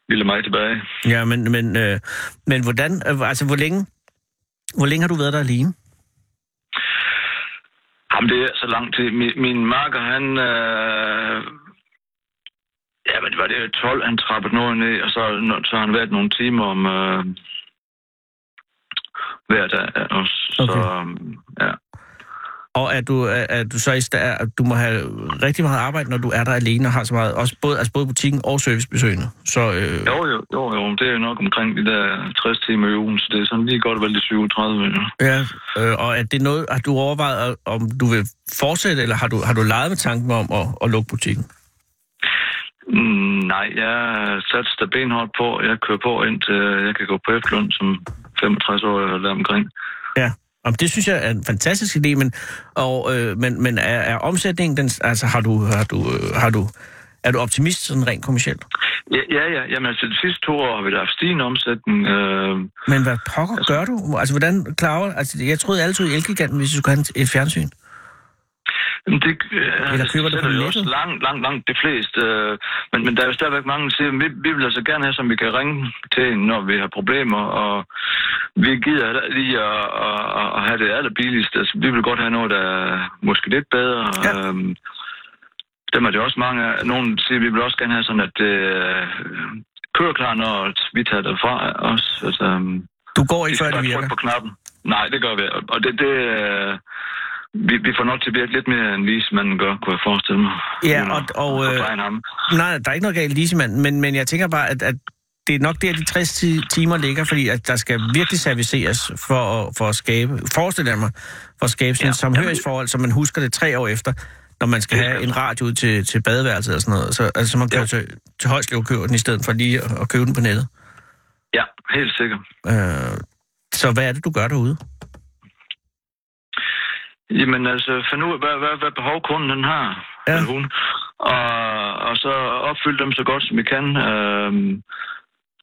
S7: lille mig tilbage.
S3: Ja, men, men, øh, men hvordan, øh, altså hvor længe, hvor længe har du været der alene?
S7: Jamen, det er så lang tid. Min, min marker, han... Øh, ja, men det var det jo 12, han trappede noget ned, og så, nå- så har han været nogle timer om øh, hver dag. Og så, okay. ja.
S3: Og at du, er, at du så i sta- at du må have rigtig meget arbejde, når du er der alene og har så meget, også både, altså både butikken og servicebesøgende. Så øh,
S7: Jo, jo, jo, jo. Det er jo nok omkring de der 60 timer i ugen, så det er sådan lige godt vel de 37. Ja.
S3: Ja, øh, og er det noget, har du overvejet, om du vil fortsætte, eller har du, har du leget med tanken om at, at lukke butikken?
S7: Mm, nej, jeg satser da benhårdt på. Jeg kører på indtil øh, jeg kan gå på efterløn som 65 år eller omkring.
S3: Ja. Om det synes jeg er en fantastisk idé, men, og, øh, men, men er, er omsætningen, den, altså har du, har du, øh, har du, er du optimist sådan rent kommercielt?
S7: Ja, ja, ja. Jamen altså de sidste to år har vi da haft stigende omsætning. Øh,
S3: Men hvad pokker gør du? Altså hvordan klarer altså, jeg troede altid i Elgiganten, hvis du skulle have en- et fjernsyn.
S7: Jamen, Det,
S3: Eller altså,
S7: altså,
S3: køber det på
S7: Ah, sætter jo
S3: nettet?
S7: også langt, langt, langt de fleste. Øh, men, men der er jo stadigvæk mange, der siger, vi, vi vil altså gerne have, som vi kan ringe til, når vi har problemer, og vi gider heller ikke lige at, at, at, at have det allerbilligste. Altså, vi vil godt have noget, der er måske lidt bedre. Ja. Øhm, dem er det også mange af. Nogle siger, vi vil også gerne have sådan, at det øh, kører klar, når vi tager det fra os. Altså,
S3: du går ikke, før det
S7: virker? på knappen. Nej, det gør vi. Og- Og det, det, øh, vi, vi får nok til at virke lidt mere, end vismanden gør, kunne jeg forestille mig.
S3: Ja, og, og øh, nej, der er ikke noget galt i lisemanden, men, men jeg tænker bare, at, at det er nok der, de 60 ti- timer ligger, fordi at der skal virkelig serviceres for at, for at skabe, forestiller jeg mig, for at skabe sådan ja, et samhørighedsforhold, så man husker det tre år efter, når man skal have en radio ud til, til badeværelset og sådan noget. Så, altså, så man kører ja. til, til Højslev og køber den, i stedet for lige at, at købe den på nettet.
S7: Ja, helt sikkert.
S3: Øh, så hvad er det, du gør derude?
S7: Jamen altså, find ud af, hvad, hvad, hvad behov kunden den har, ja. eller hun. Og, og så opfylde dem så godt, som vi kan. Øhm,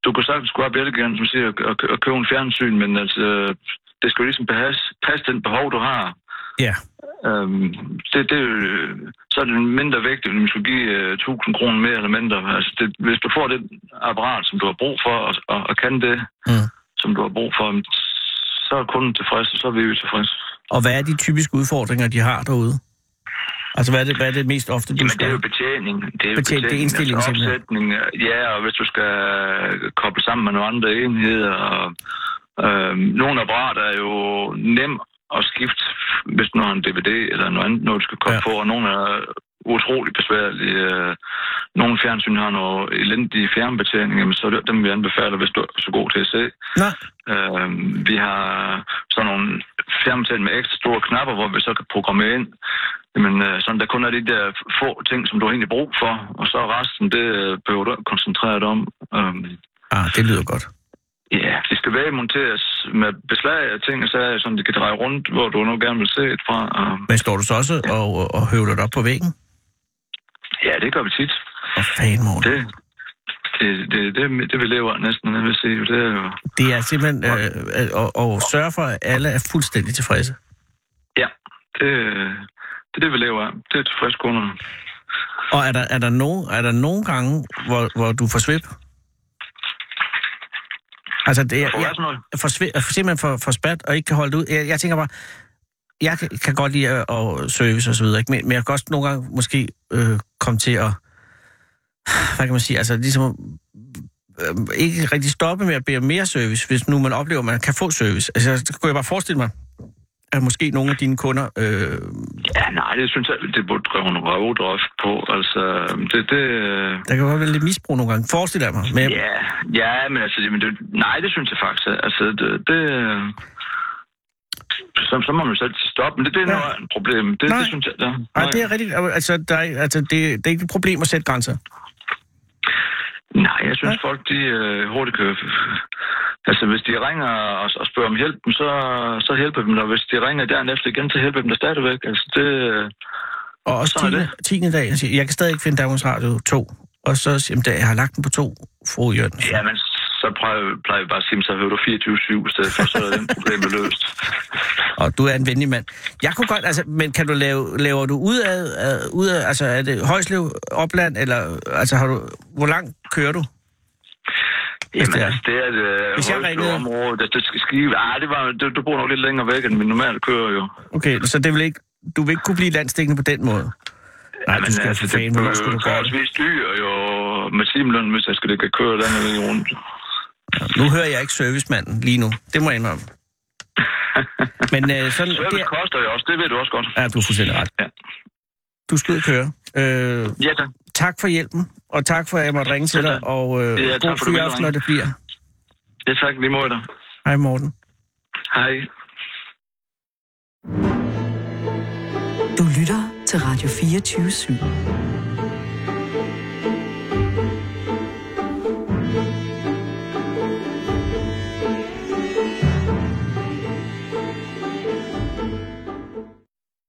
S7: du kan sagtens gå op i Elgiganten, som siger, og, og købe en fjernsyn, men altså, det skal jo ligesom passe, passe den behov, du har.
S3: Ja.
S7: Øhm, det, det, er jo- så er det mindre vægt, om du skulle give øh, 1000 kroner mere eller mindre. Altså, det, hvis du får det apparat, som du har brug for, og, og, og kan det,
S3: Mm.
S7: som du har brug for, jamen, så er kunden tilfreds, og så er vi jo tilfreds.
S3: Og hvad er de typiske udfordringer, de har derude? Altså, hvad er det, hvad er det mest ofte, du
S7: Jamen, det
S3: skal...
S7: er jo betjening. Det er jo
S3: Betjening, det er indstillingen
S7: altså
S3: simpelthen.
S7: opsætning. øh, Ja, og hvis du skal øh, koble sammen med nogle andre enheder. Og, øh, nogle apparater er jo nem at skifte, hvis nu har en DVD eller noget andet, noget du skal koble ja. på. Og nogle er utrolig besværlige. øh, Nogle fjernsyn har nogle elendige fjernbetjeninger, men så er det dem, vi anbefaler, hvis du er så god til at se.
S3: Nej.
S7: Øh, vi har sådan nogle fjernbetjeninger med ekstra store knapper, hvor vi så kan programmere ind, Jamen, øh, sådan der kun er de der få ting, som du har egentlig brug for, og så resten, det øh, behøver du ikke koncentrere dig om. Øhm,
S3: Ah, det lyder godt.
S7: Ja, de skal være monteres med beslag af ting, og så sådan, de kan dreje rundt, hvor du nu gerne vil se et fra. Øhm, Og,
S3: Men står du så også og, og, og høvler det op på væggen?
S7: ja, det gør vi tit.
S3: Og fanden, Morten.
S7: Det, det, det, det, det, vi lever af næsten, jeg vil sige. Det er jo...
S3: Det er simpelthen øh, at, at, at sørge for, at alle er fuldstændig tilfredse.
S7: Ja, det, det er det, vi lever af. Det er tilfreds kunder.
S3: Og er der, er der, no, er der nogle gange, hvor, hvor du får svip? Altså, det er, jeg, for, svip, for simpelthen for, for spat og ikke kan holde det ud. Jeg, jeg tænker bare, jeg kan, kan godt lide at, at service og så videre, ikke? Men, men jeg kan også nogle gange måske øh, komme til at, hvad kan man sige, altså ligesom øh, ikke rigtig stoppe med at bede om mere service, hvis nu man oplever, at man kan få service. Altså, så kunne jeg bare forestille mig, at måske nogle af dine kunder... Øh,
S7: Ja, nej, det synes jeg, det burde drive en røvdrift på. Altså, det, det, øh,
S3: der kan godt være lidt misbrug nogle gange, forestiller jeg mig. Men,
S7: Ja, ja, men altså, jamen, det, nej, det synes jeg faktisk. Altså, det, det øh, så, så må man jo selv sige stop, men det, det er noget af et problem. Det, det synes jeg, der.
S3: Nej, det er rigtigt. Altså, der er, altså det, det er ikke et problem at sætte grænser.
S7: Nej, jeg synes, folk, de øh, hurtigt kan... Altså, hvis de ringer og, og spørger om hjælp, så, så hjælper vi dem, og hvis de ringer dernæsten efter igen, så hjælper vi dem der stadigvæk. Altså, det... øh,
S3: Og også
S7: Sådan er
S3: 10. 10. dag, jeg, siger, jeg kan stadig ikke finde Danmarks Radio 2. Og så siger jeg, jeg har lagt den på 2, fru Jørgen.
S7: Ja, men så plejer, plejer vi bare at sige, så hører du 24-7 i stedet for, så er den problem løst.
S3: Og du er en venlig mand. Jeg kunne godt, altså, men kan du lave, laver du ud af, af- ud af, altså er det Højslev, Opland, eller altså har du, hvor langt kører du?
S7: Jamen, altså, det er et
S3: Hvis jeg
S7: øh,
S3: ringede-
S7: højt område. Det, det skal skive. Ah, det var, du, du bor nok lidt længere væk, end vi normalt kører jo.
S3: Okay, så det vil ikke, du vil ikke kunne blive landstækkende på den måde? Nej, du
S7: altså,
S3: skal for fanden, hvor skulle du gøre det?
S7: forholdsvis dyr jo med timeløn, hvis jeg skal det kan køre den rundt.
S3: Nu hører jeg ikke servicemanden lige nu. Det må jeg indrømme. Men øh, sådan...
S7: Service det... koster jo også, det ved du også godt.
S3: Ja, du er fuldstændig ret. Ja. Du skal ud og køre. Øh,
S7: ja, tak.
S3: Tak for hjælpen, og tak for, at jeg måtte ringe til dig, og øh,
S7: Ja,
S3: ja,
S7: tak
S3: god
S7: for, du ville
S3: flyaften, når
S7: ringe.
S3: det bliver.
S7: Ja, tak. Lige måde dig.
S3: Hej Morten.
S7: Hej.
S1: Du lytter til Radio 24 /7.